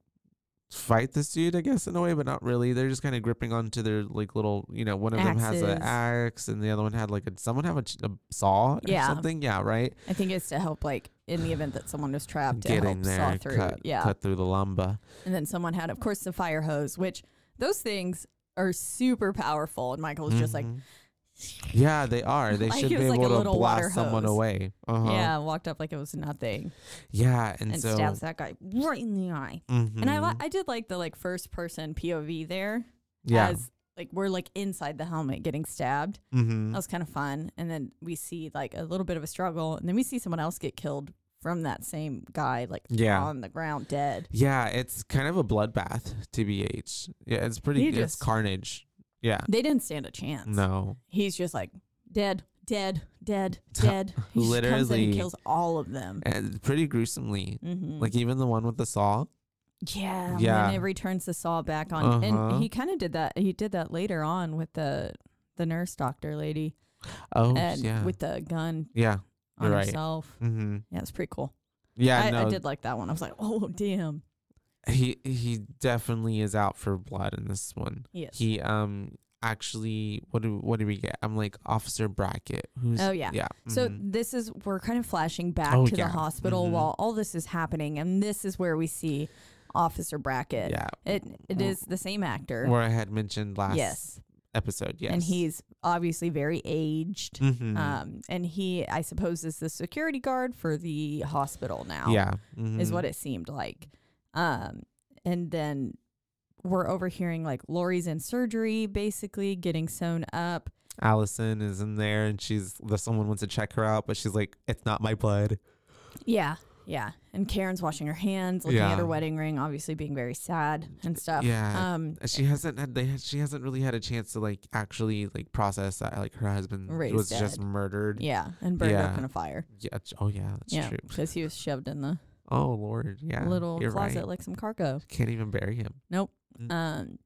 fight this dude, I guess in a way, but not really. They're just kind of gripping onto their like little, you know, one of them has Axes. an axe and the other one had like a someone have a, ch- a saw or Yeah. something. Yeah, right. I think it's to help, like, in the event that someone was trapped, to getting help saw there, through. cut yeah. cut through the lumber. And then someone had, of course, the fire hose, which those things are super powerful. And Michael was just like, Mhm. yeah, they [laughs] are. They Like should be it was like a able to little water blast someone hose. away. Uh-huh. yeah, walked up like it was nothing, yeah, and, and so stabs that guy right in the eye. And I, mhm. li- I did like the like first person POV there, yeah, as like we're like inside the helmet getting stabbed. mm-hmm. That was kind of fun. And then we see like a little bit of a struggle, and then we see someone else get killed from that same guy, like Yeah. on the ground dead. Yeah, it's kind of a bloodbath, TBH. Yeah, it's pretty. He it's just- carnage. Yeah. They didn't stand a chance. No. He's just like dead, dead, dead, dead. He just comes [laughs] in Literally. and kills all of them. And pretty gruesomely. Mm-hmm. Like even the one with the saw. yeah, yeah. And it returns the saw back on, Uh-huh. and he kind of did that. He did that later on with the the nurse doctor lady, Oh and yeah. with the gun yeah. on You're right. herself. Mm-hmm. Yeah, it's pretty cool. Yeah. I, no. I did like that one. I was like, oh damn. He he definitely is out for blood in this one. Yes. He um actually what do what do we get? I'm like Officer Brackett. Who's Oh, yeah. yeah. So mhm. this is we're kind of flashing back Oh, to yeah. the hospital Mhm. while all this is happening, and this is where we see Officer Brackett. yeah. It it is the same actor. Where I had mentioned last yes. episode. Yes. and he's obviously very aged. Mhm. Um, and he I suppose is the security guard for the hospital now. yeah. is mhm. what it seemed like. Um, and then we're overhearing like Lori's in surgery, basically getting sewn up. Allison is in there and she's the someone wants to check her out, but she's like, It's not my blood. Yeah. Yeah. And Karen's washing her hands, looking Yeah. at her wedding ring, obviously being very sad and stuff. Yeah. Um, She hasn't had they she hasn't really had a chance to like actually like process that like her husband Raised was just dead. murdered. yeah. And burned Yeah. up in a fire. Yeah. ch- Oh yeah, that's yeah. true. Because he was shoved in the Oh Lord, yeah. little you're closet right. like some cargo. Can't even bury him. Nope. Mm. Um,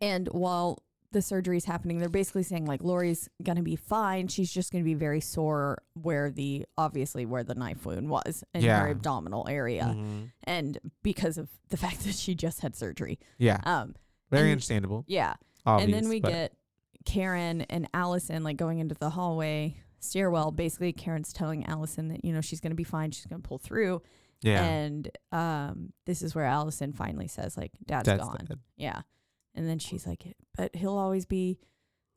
and while the surgery's happening, they're basically saying like Lori's gonna be fine. She's just gonna be very sore where the obviously where the knife wound was in her Yeah. abdominal area, Mhm. and because of the [laughs] fact that she just had surgery. Yeah. Um, Very and- understandable. yeah. Obvious, and then we but get Karen and Allison like going into the hallway stairwell. Basically, Karen's telling Allison that you know she's gonna be fine. She's gonna pull through. Yeah. And um, this is where Allison finally says like, "Dad's Dad's gone." dead. Yeah. And then she's like, "But he'll always be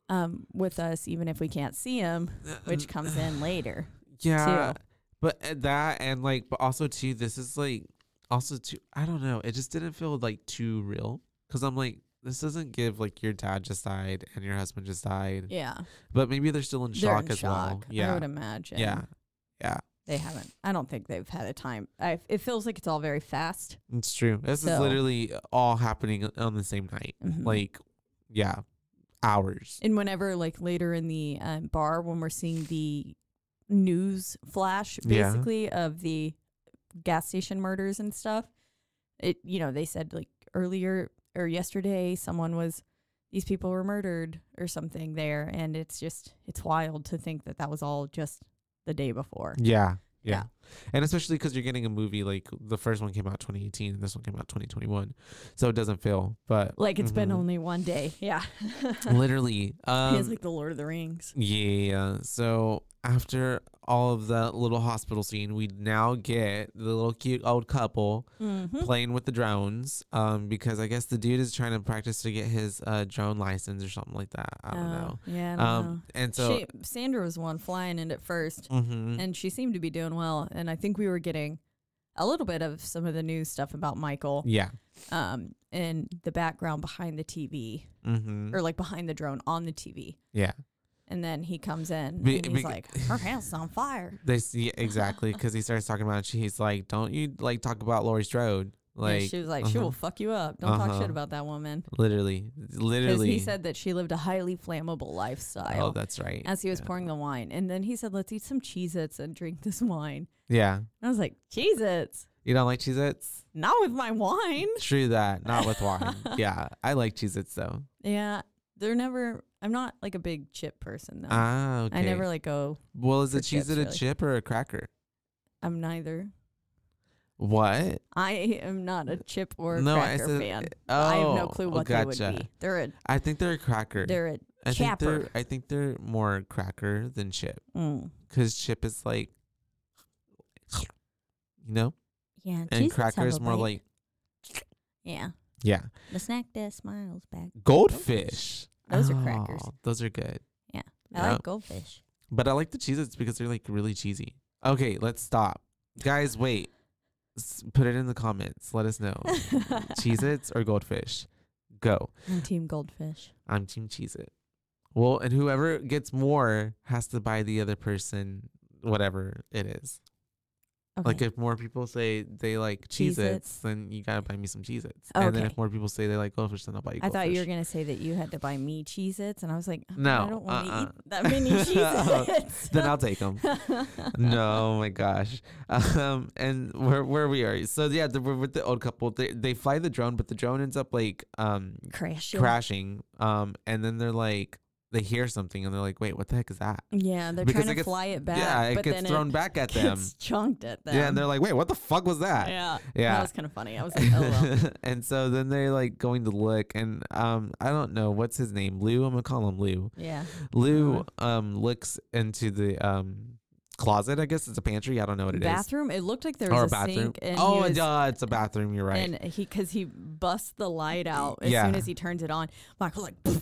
um with us, even if we can't see him," [laughs] which comes in later. yeah. But uh, that and like, but also too, this is like also too. I don't know. It just didn't feel like too real because I'm like, this doesn't give like your dad just died and your husband just died. Yeah. But maybe they're still in They're shock in as well. shock. I Yeah. would imagine. Yeah. Yeah. They haven't. I don't think they've had a time. I, it feels like it's all very fast. It's true. This is So- literally all happening on the same night. Mhm. Like, yeah, hours. And whenever, like later in the um, bar, when we're seeing the news flash, Yeah. basically of the gas station murders and stuff, it you know they said like earlier or yesterday someone was these people were murdered or something there, and it's just it's wild to think that that was all just the day before. Yeah. Yeah. Yeah. And especially because you're getting a movie like the first one came out 2018 and this one came out 2021. So it doesn't feel, but Like it's been Mhm. only one day. [laughs] Yeah, [laughs] literally. Um, it's like the Lord of the Rings. Yeah. So after all of the little hospital scene, we now get the little cute old couple Mm-hmm. playing with the drones. Um, because I guess the dude is trying to practice to get his uh drone license or something like that. I don't know. Oh, Yeah, I don't know. Um, and so. she, Sandra was the one flying in at 1st Mhm. and she seemed to be doing well. And I think we were getting a little bit of some of the news stuff about Michael yeah. um, in the background behind the TV Mm-hmm. or like behind the drone on the TV. Yeah. And then he comes in Be- and he's beca- [laughs] like, her house on fire. They [laughs] see exactly because he starts talking about. She's like, "Don't you like talk about Laurie Strode?" Like and she was like, she uh-huh. will fuck you up. Don't Uh-huh. talk shit about that woman. Literally, Because literally. he said that she lived a highly flammable lifestyle. "Oh, that's right." as he was yeah. pouring the wine. And then he said, Let's eat some Cheez Its and drink this [laughs] wine. Yeah, And I was like, Cheez Its? you don't like Cheez-Its? Not with my wine. True that. Not with [laughs] wine. yeah, I like Cheez-Its though. Yeah, they're never. I'm not like a big chip person though. Ah, okay. I never like go. Well, is for a Cheez-It chips, a really. chip or a cracker? I'm neither. What? I am not a chip or No, I cracker said- fan. Oh, I have no clue oh, what they gotcha. would be. They're a I think they're a cracker. they're a I think chapper. they're. I think they're more cracker than chip Mm. because chip is like, you know, Yeah, and cracker is more like yeah. yeah. The snack that smiles back. Goldfish. Those are crackers. Oh, Those are good. Yeah. Yeah. I [laughs] like goldfish. [laughs] But I like the Cheez-Its because they're like really cheesy. Okay, let's stop. Guys, wait. S- put it in the comments. Let us [laughs] know. Cheez-Its or goldfish? Go. I'm team goldfish. I'm team Cheez-It. Well, and whoever gets more has to buy the other person whatever it is. Okay. Like if more people say they like Cheez-Its, Cheez-Its. then you got to buy me some Cheez-Its. And then if Okay. more people say they like goldfish, then I'll buy you I goldfish. thought you were gonna say that you had to buy me Cheez Its, and I was like, No, I don't want to uh-uh. eat [laughs] that many Cheez Its. [laughs] then I'll take them. no, oh my gosh. Um, and where where we are? So yeah, the, we're with the old couple. They they fly the drone, but the drone ends up like um Crash. crashing. Um, and then they're like they hear something and they're like, wait, what the heck is that? Yeah, they're Because it trying to gets- fly it back. yeah, it but gets then thrown it back at [laughs] gets them. chunked at them. Yeah, and they're like, wait, what the fuck was that? yeah, Yeah. [laughs] That was kind of funny. I was like, oh well. and so then they're like going to look, and um, I don't know what's his name, Lou. I'm gonna call him Lou. yeah, Lou Uh-huh. um looks into the um closet. I guess it's a pantry. I don't know what it is. bathroom. It looked like there or was a bathroom. sink, and oh, he was, duh, it's a bathroom. You're right. and he because he busts the light out as Yeah. soon as he turns it on. Michael's like, "Pff,"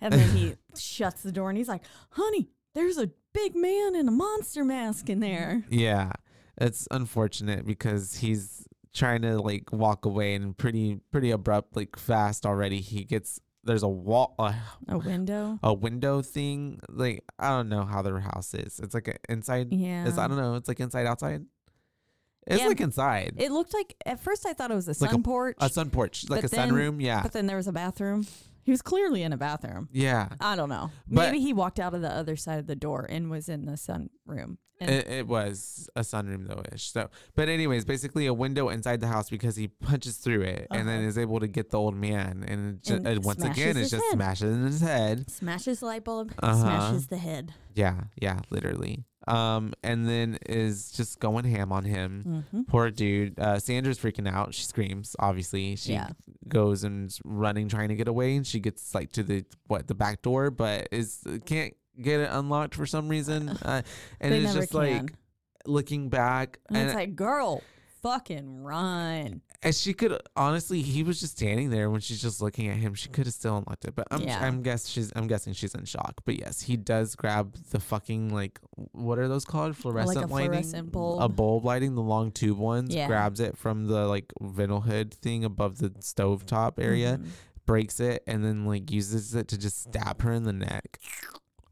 and [laughs] then he shuts the door, and he's like, "Honey, there's a big man in a monster mask in there." yeah, it's unfortunate because he's trying to like walk away and pretty pretty abrupt, like fast already. He gets there's a wall, a, A window. a window thing. Like I don't know how their house is. It's like a inside. Yeah. It's, I don't know. It's like inside outside. It's Yeah. like inside. It looked like at first I thought it was a Like a- sun porch, a sun porch, like But a then- sunroom. Yeah. but then there was a bathroom. He was clearly in a bathroom. yeah. I don't know. But- Maybe he walked out of the other side of the door and was in the sun room. And It, it was a sunroom though ish. So, but anyways, basically a window inside the house because he punches through it and then is able to get the old man and, it ju- And and once smashes again it's his just head. smashes in his head. smashes the light bulb, Uh-huh. smashes the head. Yeah, yeah, literally. um, and then is just going ham on him. Mm-hmm. Poor dude. Uh, Sandra's freaking out. She screams. Obviously, she Yeah. goes and is running, trying to get away, and she gets like to the what the back door, but is can't get it unlocked for some reason. Uh, and They it's never just can. like looking back, And and, it's like, girl, fucking run. and she could honestly, he was just standing there when she's just looking at him. She could have still unlocked it, but I'm Yeah. I'm guess she's I'm guessing she's in shock. But yes, he does grab the fucking like what are those called? Fluorescent lighting, fluorescent bulb. a bulb lighting, the long tube ones. Yeah. Grabs it from the like vinyl hood thing above the stove top area, Mm-hmm. breaks it, and then like uses it to just stab her in the neck.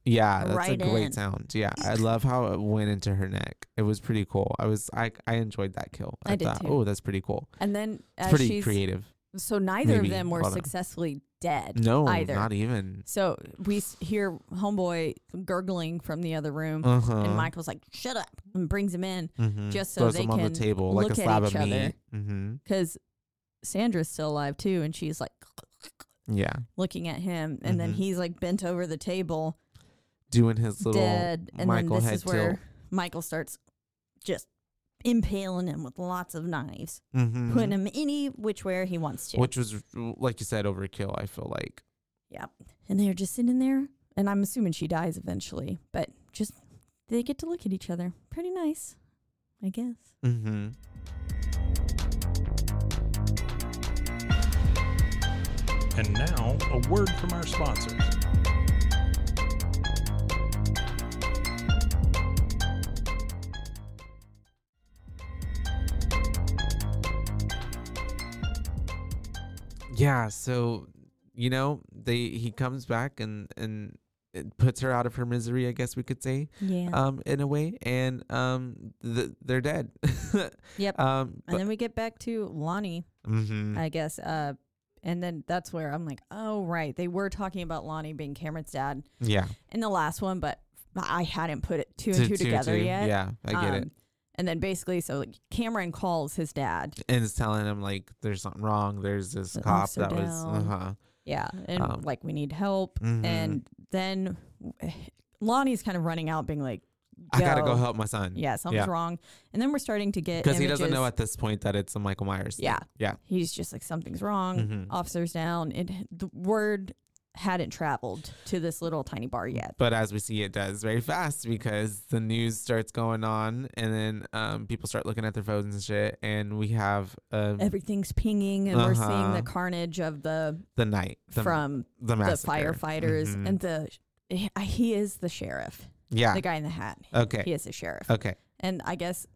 Yeah, that's Right a great in. sound. Yeah, I love how it went into her neck. It was pretty cool. I was I I enjoyed that kill. I did thought, too. oh, that's pretty cool. And then It's as pretty Uh, she's, creative. so neither maybe. of them were Hold on. successfully dead. No, either. not even. So we s- hear homeboy gurgling from the other room, Uh-huh. and Michael's like, "Shut up!" and brings him in Mhm. just so Throws they them on the can table like a look at slab each of other. meat. hmm because Sandra's still alive too, and she's like Yeah, looking at him, and then Mhm. he's like bent over the table, doing his little dead, and Michael then this head is where tilt. Michael starts just impaling him with lots of knives, Mhm. putting him any which way he wants to. which was like you said overkill. I feel like Yep. And they're just sitting there. And I'm assuming she dies eventually, but just they get to look at each other. Pretty nice, I guess. hmm And now, a word from our sponsors. yeah. So you know they he comes back and and it puts her out of her misery. I guess we could say Yeah. um in a way, and um th- they're dead. [laughs] yep. um, and then we get back to Lonnie, mhm. I guess. Uh, and then that's where I'm like, oh, right. They were talking about Lonnie being Cameron's dad yeah, in the last one, but I hadn't put it two and two, Two- two- together two. yet. Yeah, I get it. Um, And then basically, so like, Cameron calls his dad. and is telling him like there's something wrong. There's this The cop officer that was uh down. huh. Yeah, and Um, like we need help. Mhm. And then [sighs] Lonnie's kind of running out, being like, I gotta go help my son. Yeah, something's wrong. And then we're starting to get Because Mm. he doesn't know images. at this point that it's a Michael Myers. thing. Yeah. Yeah. He's just like something's wrong. Mhm. Officers down. It the word hadn't traveled to this little tiny bar yet. But as we see, it does very fast because the news starts going on, and then um, people start looking at their phones and shit. And we have uh, Everything's pinging, and we're seeing Uh-huh. the carnage of the, the night the, from the the massacre. firefighters Mhm. and the. eh, He is the sheriff, yeah. the guy in the hat. Okay. He is the sheriff, Okay. and I guess,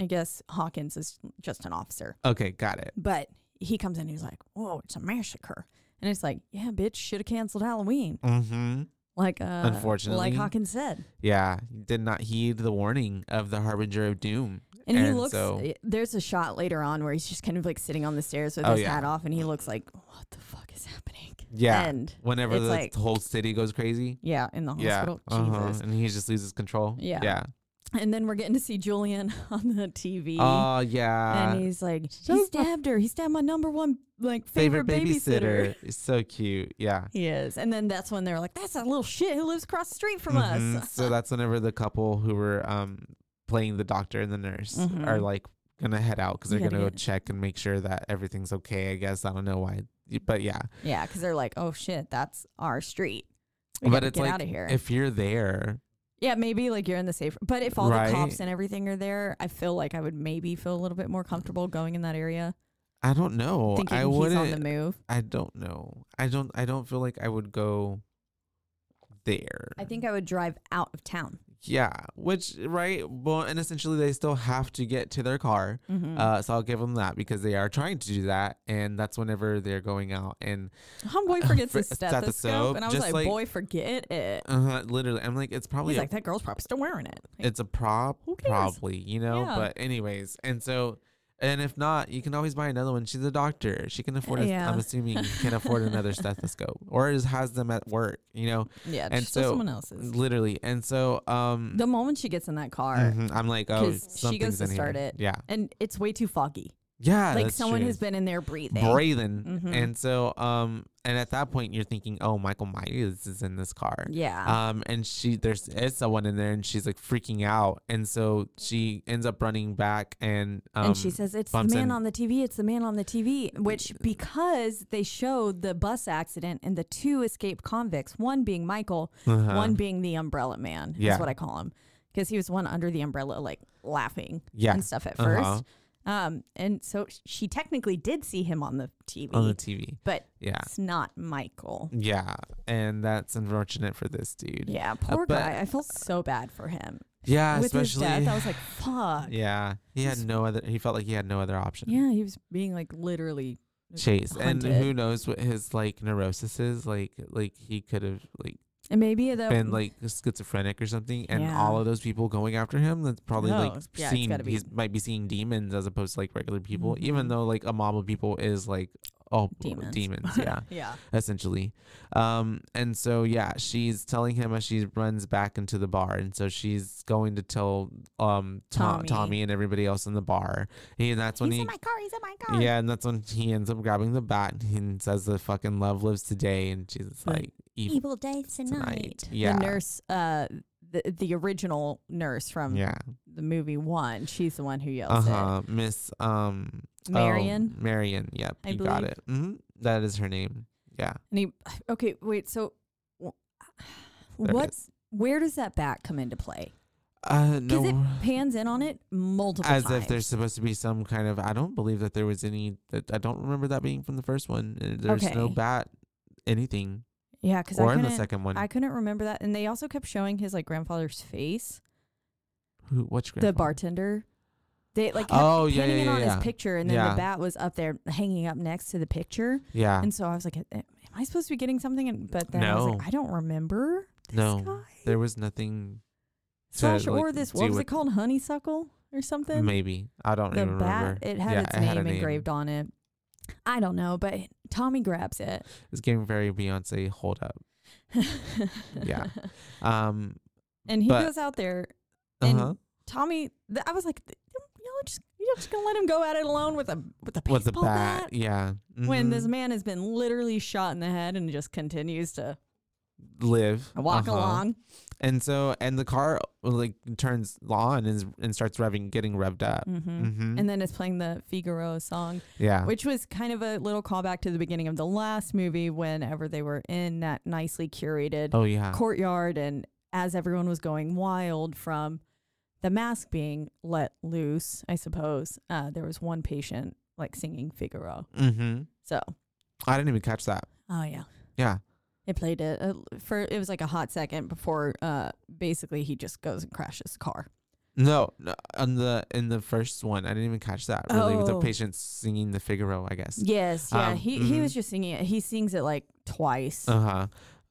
I guess Hawkins is just an officer. Okay. Got it. But he comes in, he's like, "Whoa, it's a massacre," and it's like, "Yeah, bitch, should have canceled Halloween." Mm-hmm. Like, uh, Unfortunately. like Hawkins said, Yeah. Did not heed the warning of the harbinger of doom. and, he looks. so- eh, there's a shot later on where he's just kind of like sitting on the stairs with Oh, his yeah. hat off, and he looks like, "What the fuck is happening?" yeah. and Whenever it's the like- whole city goes crazy. Yeah, in the hospital, Yeah. uh-huh, Jesus. And he just loses control. Yeah. Yeah. And then we're getting to see Julian [laughs] on the TV. Oh yeah. and he's like, he stabbed her. He stabbed my number one like favorite, babysitter. It's so cute. Yeah. [laughs] He is. And then that's when they're like, that's that little shit who lives across the street [laughs] from Mhm. us. so that's whenever the couple who were um playing the doctor and the nurse are Mhm. like gonna head out because You they're gonna gotta go get- check and make sure that everything's okay. I guess I don't know why, but yeah. Yeah, because they're like, oh shit, that's our street. We but gotta it's get like out of here. if you're there, yeah, maybe like you're in the safe. But if all the cops Right. and everything are there, I feel like I would maybe feel a little bit more comfortable going in that area, I don't know. thinking I he's on the wouldn't. move. I don't know. I don't. I don't feel like I would go there. I think I would drive out of town. Yeah, which right, well, and essentially they still have to get to their car. Mm-hmm. Uh, so I'll give them that because they are trying to do that, and that's whenever they're going out. And [laughs] Homeboy forgets his Fr- stethoscope, stethoscope, and I was just like, like- boy, forget it. uh, literally, I'm like, it's probably He's a, like, that girl's probably still wearing it. Like, it's a prop, Who cares? probably, you know. Yeah. But anyways, and so, and if not, you can always buy another one. She's a doctor; she can afford. A, Yeah. I'm assuming can afford [laughs] another stethoscope, or is, has them at work, you know. yeah, and just so, so- someone else's. Literally, and so, um, The moment she gets in that car, mhm, I'm like, oh, because something's she goes to in here. start it, Yeah, and it's way too foggy. Yeah, like that's someone true. who's been in there breathing. Braylon. Mhm. And so, um, and at that point, you're thinking, oh, Michael Myers is in this car. Yeah. Um, and she there's is someone in there, and she's like freaking out, and so she ends up running back, and um, and she says it's the bumps man in- on the TV. It's the man on the TV. Which because they showed the bus accident and the two escaped convicts, one being Michael, Uh-huh. one being the umbrella man. Yeah. Is what I call him because he was the one under the umbrella, like laughing Yeah. and stuff at Uh-huh. first. Um, and so sh- she technically did see him on the TV, on the TV. but Yeah, it's not Michael. yeah, and that's unfortunate for this dude. Uh, Yeah, poor but- guy. I felt so bad for him. Yeah, With his especially. death, [laughs] I was like, fuck. yeah, Yeah. he had no other. He felt like he had no other option. he was being like literally. Chase, and hunted. who knows what his like neurosis is like? Like he could have like And maybe the been like schizophrenic or something, and Yeah. all of those people going after him, that's probably Oh, like yeah, it's seeing gotta be- he's might be seeing demons as opposed to like regular people, even Mhm. though like a mob of people is like oh Demons. demons, [laughs] yeah, yeah. essentially. Um, and so yeah, she's telling him as she runs back into the bar, and so she's going to tell um Tom, Tommy. Tommy and everybody else in the bar, and that's when he's he in my car. He's in my car. yeah, and that's when he ends up grabbing the bat and he says the fucking love lives today and she's Right. like evil, days tonight. Yeah. The nurse, uh, the the original nurse from Yeah. the movie one. She's the one who Uh yells huh. Miss um oh, Marion? Marion. Yep. I you got believe. it. hmm That is her name. Yeah. it. And he, okay, wait. So, wh- there it what? is. Where does that bat come into play? Uh Because no. it pans in on it multiple as times. if there's supposed to be some kind of I don't believe that there was any that I don't remember that being from the first one. Uh, There's no Okay. bat anything. yeah, because Or I in the couldn't- second one. I couldn't remember that. And they also kept showing his like grandfather's face, Who what's your the grandfather? bartender. They like kept Oh, yeah, pinning yeah, it yeah, on yeah. his picture, and then Yeah. the bat was up there hanging up next to the picture. Yeah. And so I was like, "A- "Am I supposed to be getting something?" And but then I was No. like, "I don't remember this No. guy There was nothing to, slash like, or this. do What was it with- called? Honeysuckle or something? Maybe. I don't the even remember. bat. It had its name engraved on it. I don't know, but Tommy grabs it. It's getting very Beyonce hold up. [laughs] Yeah. Um and he But- goes out there, and uh-huh. Tommy. Th- I was like, "Th- "Y'all are just you're just gonna let him go at it alone with a with a baseball with the bat. Yeah. When mhm. this man has been literally shot in the head and just continues to live walk uh-huh. along, And so and the car like turns on and, and starts revving getting revved up. Mhm. Mhm. and then it's playing the Figaro song. yeah. which was kind of a little callback to the beginning of the last movie whenever they were in that nicely curated oh yeah. courtyard and as everyone was going wild from the mask being let loose i suppose uh, there was one patient like singing figaro mhm. so I didn't even catch that. oh yeah Yeah. it played it uh, for it was like a hot second before uh, basically he just goes and crashes the car No, no, on the in the first one, I didn't even catch that. Really, with the Oh. patient singing the Figaro, I guess. yes yeah Um, he, he mhm. was just singing it he sings it like twice Uh huh.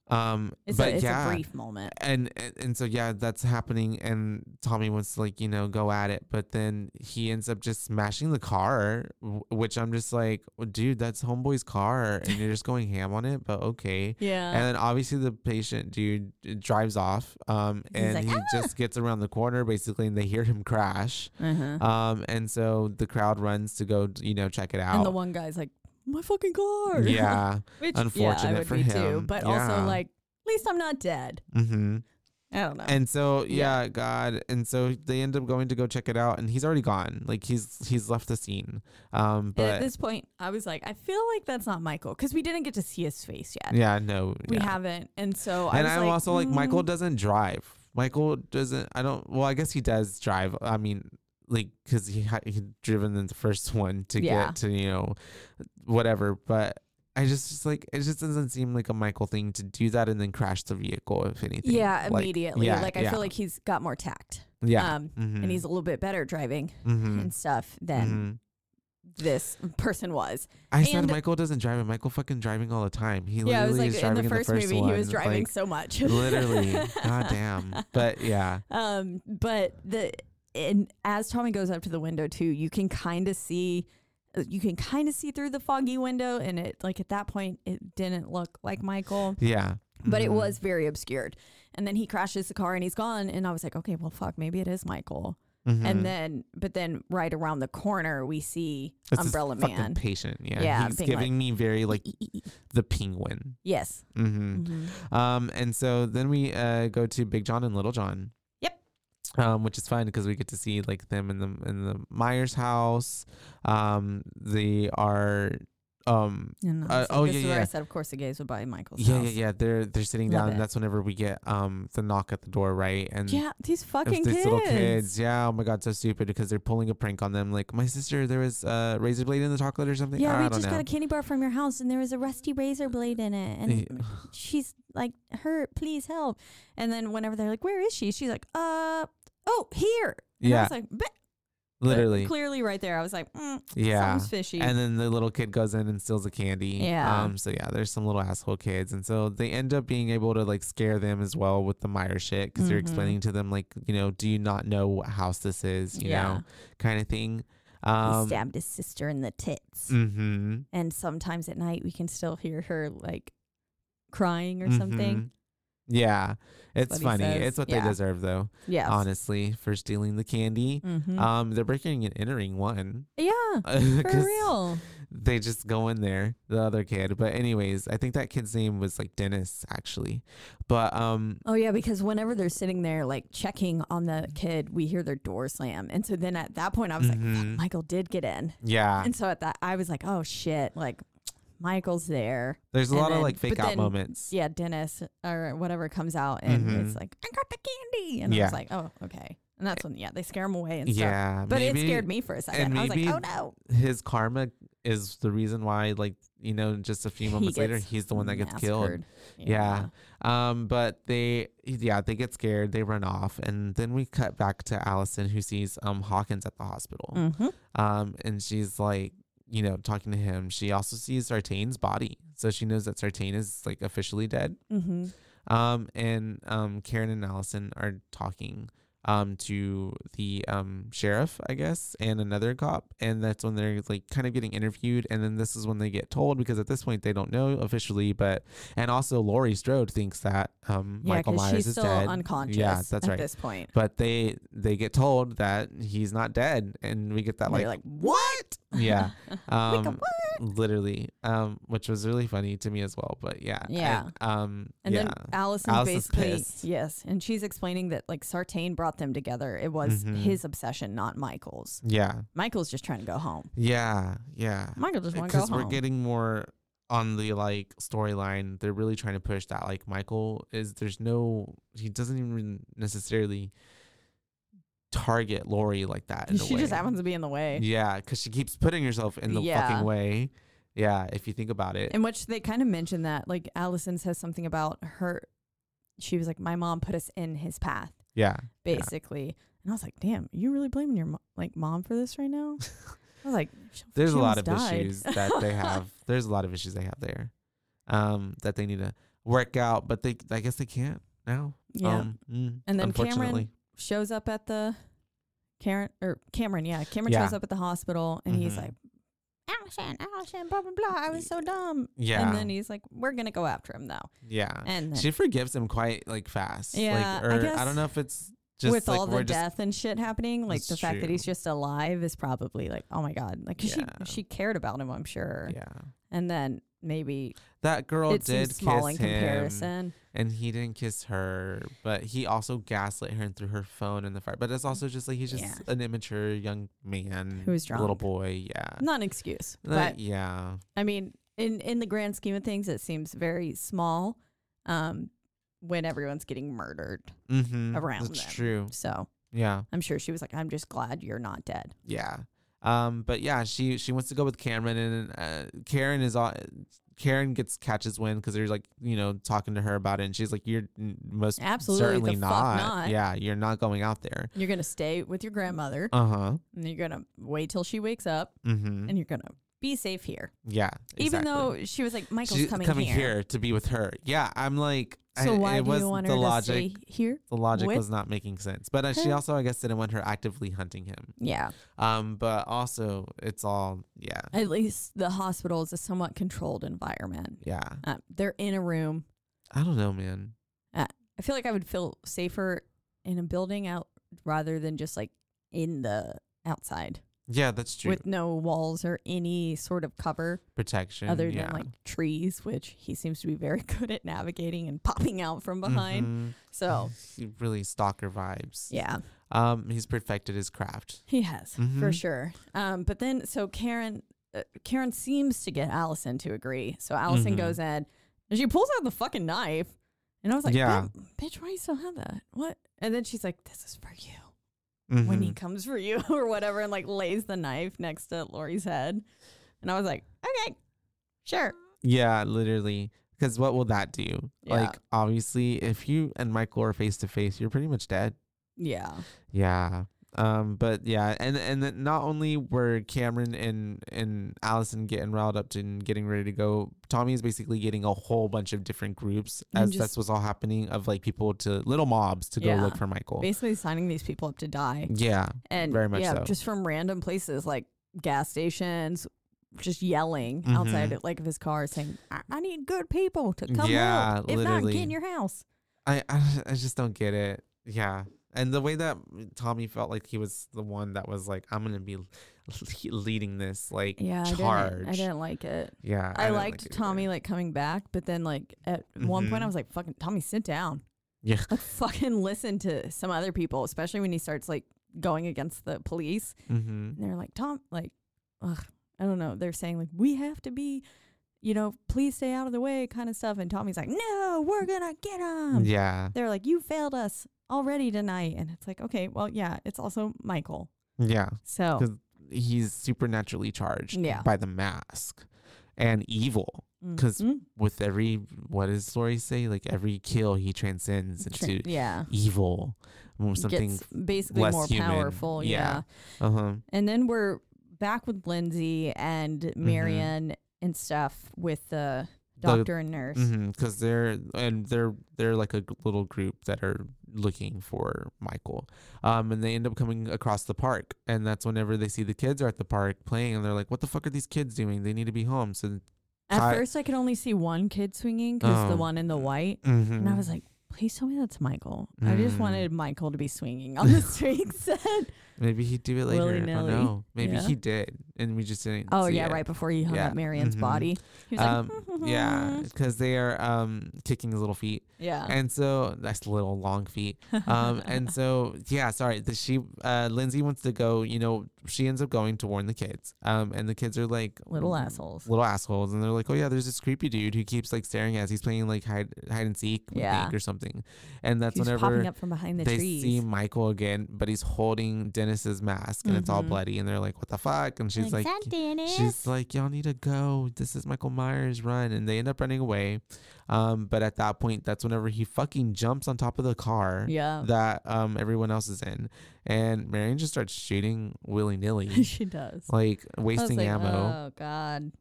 Um, it's, but a, it's yeah, a brief moment and and- and so yeah that's happening and tommy wants to like you know go at it but then he ends up just smashing the car w- which i'm just like "Well, dude that's homeboy's car and you're just going ham on it but okay yeah and then obviously the patient dude d- drives off um He's and like, "Ah!" he just gets around the corner basically and they hear him crash uh-huh. um and so the crowd runs to go you know check it out And the one guy's like, my fucking car. yeah [laughs] Which, yeah, I unfortunate would for be too. him. But Yeah. also, like, at least I'm not dead. mm-hmm I don't know. And so Yeah. yeah, God. And so they end up going to go check it out, and he's already gone. Like he's he's left the scene. Um, And at but this point, I was like, I feel like that's not Michael because we didn't get to see his face yet. yeah, no, uh, We yeah. haven't. And so I And was I'm like, also like Michael "Mm, doesn't drive. Michael doesn't. I don't. Well, I guess he does drive. I mean, like because he ha- he driven in the first one to Yeah. get to you know whatever, but. I just, just like it just doesn't seem like a Michael thing to do that and then crash the vehicle if anything. Yeah, Like, immediately. yeah, like, I yeah, feel like he's got more tact. yeah, um, mhm, And he's a little bit better driving mhm, and stuff than mhm. this person was. I said And- Michael doesn't drive, and Michael fucking driving all the time. He yeah, it was literally like is in driving the first, movie, one. he was driving [laughs] like, so much. [laughs] literally, goddamn. But yeah, Um, but the and as Tommy goes up to the window too, you can kind of see, uh, you can kind of see through the foggy window, and it like at that point it didn't look like Michael, yeah. but it mhm. was very obscured. And then he crashes the car and he's gone, and I was like, okay, well, fuck, maybe it is Michael. Mhm. And then, but then right around the corner, we see This is Umbrella fucking Man. E, patient. Yeah, Yeah, he's being like- giving me very like the penguin. Yes. hmm Mhm. Um, and so then we uh, go to Big John and Little John. Yep. Um, which is fun because we get to see like them in the in the Myers house. Um, they are um And Uh, obviously oh, this yeah, is where yeah. I said, of course, the gays would buy Michael's yeah yeah house. yeah they're they're sitting Love down it. and that's whenever we get um the knock at the door right and Yeah, these of fucking these kids. little kids yeah oh my god so stupid because they're pulling a prank on them like my sister there was a razor blade in the chocolate or something Yeah, I we don't just know. got a candy bar from your house, and there was a rusty razor blade in it, and Yeah. she's like, "Hurt, please help!" And then whenever they're like, "Where is she?" She's like, "Uh, oh, here." And I Yeah. was like, "Bleh." literally clearly right there. I was like, mm, yeah something's fishy." And then the little kid goes in and steals the candy. Yeah. Um, so yeah, there's some little asshole kids. And so they end up being able to like scare them as well with the Meyer shit because they're Mhm. explaining to them, like, you know, do you not know what house this is, you Yeah. know, kind of thing. he Um, stabbed his sister in the tits, hmm and sometimes at night we can still hear her like crying or Mm-hmm. something. Yeah. It's what he funny. says. It's what Yeah. they deserve, though, Yeah, honestly, for stealing the candy. hmm Um, they're breaking and entering one. [laughs] yeah, for 'Cause real. They just go in there, the other kid. But anyways, I think that kid's name was like Dennis, actually. But um, Oh yeah, because whenever they're sitting there like checking on the kid, we hear their door slam, and so then at that point I was like, "Fuck, Mhm. [laughs] Michael did get in, Yeah, and so at that I was like, oh shit, like Michael's there. there's a and lot then- of like fake but out then- moments. Yeah, Dennis or whatever comes out, and Mhm. it's like I got the candy, and I Yeah. was like, oh okay, and that's when yeah they scare him away and stuff. yeah, But it scared me for a second. and I was like, maybe oh no. His karma is the reason why, like you know, just a few moments later, gets he's the one that gets killed. massacred. Yeah. Um, but they, yeah, they get scared. They run off, and then we cut back to Allison, who sees um Hawkins at the hospital. Mhm. Um, and she's like, you know, talking to him. She also sees Sartain's body, so she knows that Sartain is like officially dead. Mhm. Um, and um, Karen and Allison are talking um to the um sheriff, I guess, and another cop, and that's when they're like kind of getting interviewed, and then this is when they get told because at this point they don't know officially, but and also Laurie Strode thinks that um Yeah, Michael 'cause Myers she's is still dead. unconscious. Yeah, that's at right. This point, But they they get told that he's not dead, and we get that And they're like, like, what? yeah, [laughs] Wicca, um, what? literally, um, which was really funny to me as well. But yeah, Yeah. and, um, And yeah. then Allison Allison's basically pissed. yes, and she's explaining that like Sartain brought them together. It was Mhm. his obsession, not Michael's. yeah. Michael's just trying to go home. Yeah, yeah. Michael just want to go Because home. we're [laughs] getting more on the like storyline. They're really trying to push that. Like Michael is there's no he doesn't even necessarily target Lori like that. In she a way. just happens to be in the way. Yeah, because she keeps putting herself in the Yeah. fucking way. Yeah, if you think about it. In which they kind of mention that like Allison says something about her. She was like, my mom put us in his path, yeah. Yeah. basically. And I was like, damn, you really blaming your mo- like mom for this [laughs] right now? I was like, she- There's she a lot of almost died. [laughs] issues that they have. There's a lot of issues they have there. Um, that they need to work out, but they I guess they can't now. yeah. Um, mm, And then Cameron- unfortunately. shows up at the Karen or Cameron, yeah. Cameron Yeah. shows up at the hospital and he's Mhm. like, Allison, Allison, blah blah blah. I was so dumb. Yeah. And then he's like, We're gonna go after him though. yeah. And then She forgives him quite like fast. Yeah, like, I or I, guess don't know if it's just with like all the we're just death and shit happening, like That's the fact that true. he's just alive is probably like, oh my god, like 'cause Yeah. she she cared about him, I'm sure. yeah. And then maybe That girl it did seems small in kiss him, comparison. and he didn't kiss her, but he also gaslit her and threw her phone in the fire. But it's also just like he's just Yeah. an immature young man, Who was little drunk. boy, yeah, Not an excuse, Like, but yeah, I mean, in in the grand scheme of things, it seems very small. Um. When everyone's getting murdered, mm-hmm. around That's them. true, so yeah, I'm sure she was like, I'm just glad you're not dead. yeah. Um, but yeah, she she wants to go with Cameron, and uh, Karen is all. Karen gets catches wind because they're like you know talking to her about it, and she's like, "You're n- most Absolutely the certainly fuck not. not. Yeah, you're not going out there. You're going to stay with your grandmother Uh huh. and you're going to wait till she wakes up Mm-hmm. and you're going to be safe here. Yeah. Even exactly. though she was like, Michael's She's coming, coming here. to be with her. Yeah, I'm like, So I, why it do was you want the her logic. to stay here? The logic with was not making sense, but uh, she her? also, I guess, didn't want her actively hunting him. Yeah. Um, but also, it's all yeah, At least the hospital is a somewhat controlled environment. yeah. Uh, they're in a room. I don't know, man. I feel like I would feel safer in a building out rather than just like in the outside Yeah, that's true. with no walls or any sort of cover Protection. other yeah. than like trees, which he seems to be very [laughs] good at navigating and popping out from behind. Mhm. So He really stalker vibes. yeah, Um, he's perfected his craft. he has for Mhm. sure. Um, but then so Karen, uh, Karen seems to get Allison to agree. So Allison Mhm. goes in and she pulls out the fucking knife, and I was like, Yeah. "Bro, bitch, why you still have that? What? And then she's like, this is for you when Mhm. he comes for you [laughs] or whatever, and like lays the knife next to Lori's head, and I was like, okay, sure, Yeah, literally. Because what will that do? Yeah. Like, obviously, if you and Michael are face to face, you're pretty much dead. yeah, Yeah. Um. But yeah, and and then not only were Cameron and and Allison getting riled up and getting ready to go, Tommy is basically getting a whole bunch of different groups And as just- that's what's all happening of like people to little mobs to go Yeah. look for Michael. basically signing these people up to die. Yeah. and Very much yeah, so. just from random places like gas stations, just yelling Mm-hmm. outside like of his car, saying, "I, I need good people to come Yeah, help. If not, get in literally. your house." I, I [laughs] I just don't get it. Yeah. And the way that Tommy felt like he was the one that was like, I'm gonna be [laughs] l- leading this like Yeah, I charge. didn't, I didn't like it. Yeah, I, didn't liked it either. Tommy like coming back, but then like at one point I Mhm. was like, "Fucking Tommy, sit down. Yeah. Like fucking listen to some other people, especially when he starts like going against the police." Mhm. And they're like, Tom, like, ugh, I don't know. They're saying like, we have to be, you know, please stay out of the way, kind of stuff. And Tommy's like, no, we're gonna get him. Yeah. They're like, you failed us already tonight, and it's like, okay, well, yeah, it's also Michael. Yeah. So 'Cause He's supernaturally charged Yeah. by the mask and evil. Because Mhm. with every, what does Story say? Like every kill, he transcends Tra- into yeah, evil or something. gets basically less more human. powerful. Yeah. yeah. Uh huh. And then we're back with Lindsay and Marion and stuff with Mm-hmm. the The- mm-hmm. doctor and nurse. Because they're and they're they're like a g- little group that are looking for Michael, um, and they end up coming across the park, and that's whenever they see the kids are at the park playing, and they're like, "What the fuck are these kids doing? They need to be home." So, At I- first, I could only see one kid swinging because the Oh. one in the white. And I was like, please tell me that's Michael. I just Mm-hmm. Mm. wanted Michael to be swinging on [laughs] the swing set. maybe he'd do it later. I don't willy-nilly. know. Maybe Yeah. he did, and we just didn't. Oh, see yeah, it. right before he hung Yeah. up Marion's Mhm. body. He was Um, like, yeah, [laughs] because they are um kicking his little feet, Yeah. [laughs] and so that's little long feet. Um, and so yeah, sorry. The, she uh Lindsay wants to go. You know, she ends up going to warn the kids. Um, and the kids are like Little "Mm, assholes. little assholes, and they're like, oh yeah, there's this creepy dude who keeps like staring at us. He's playing like hide hide and seek, we Yeah. think, or something. And that's He was whenever popping up from behind the they trees. see Michael again, but he's holding Dennis's mask and it's all Mhm. bloody, and they're like, "What the fuck?" And she's like, "She's like, y'all need to go. This is Michael Myers. Run!" And they end up running away. Um, but at that point, that's whenever he fucking jumps on top of the car yeah. that um everyone else is in, and Marion just starts shooting willy [laughs] nilly, [laughs] she does. like I was wasting like, ammo. Oh, God.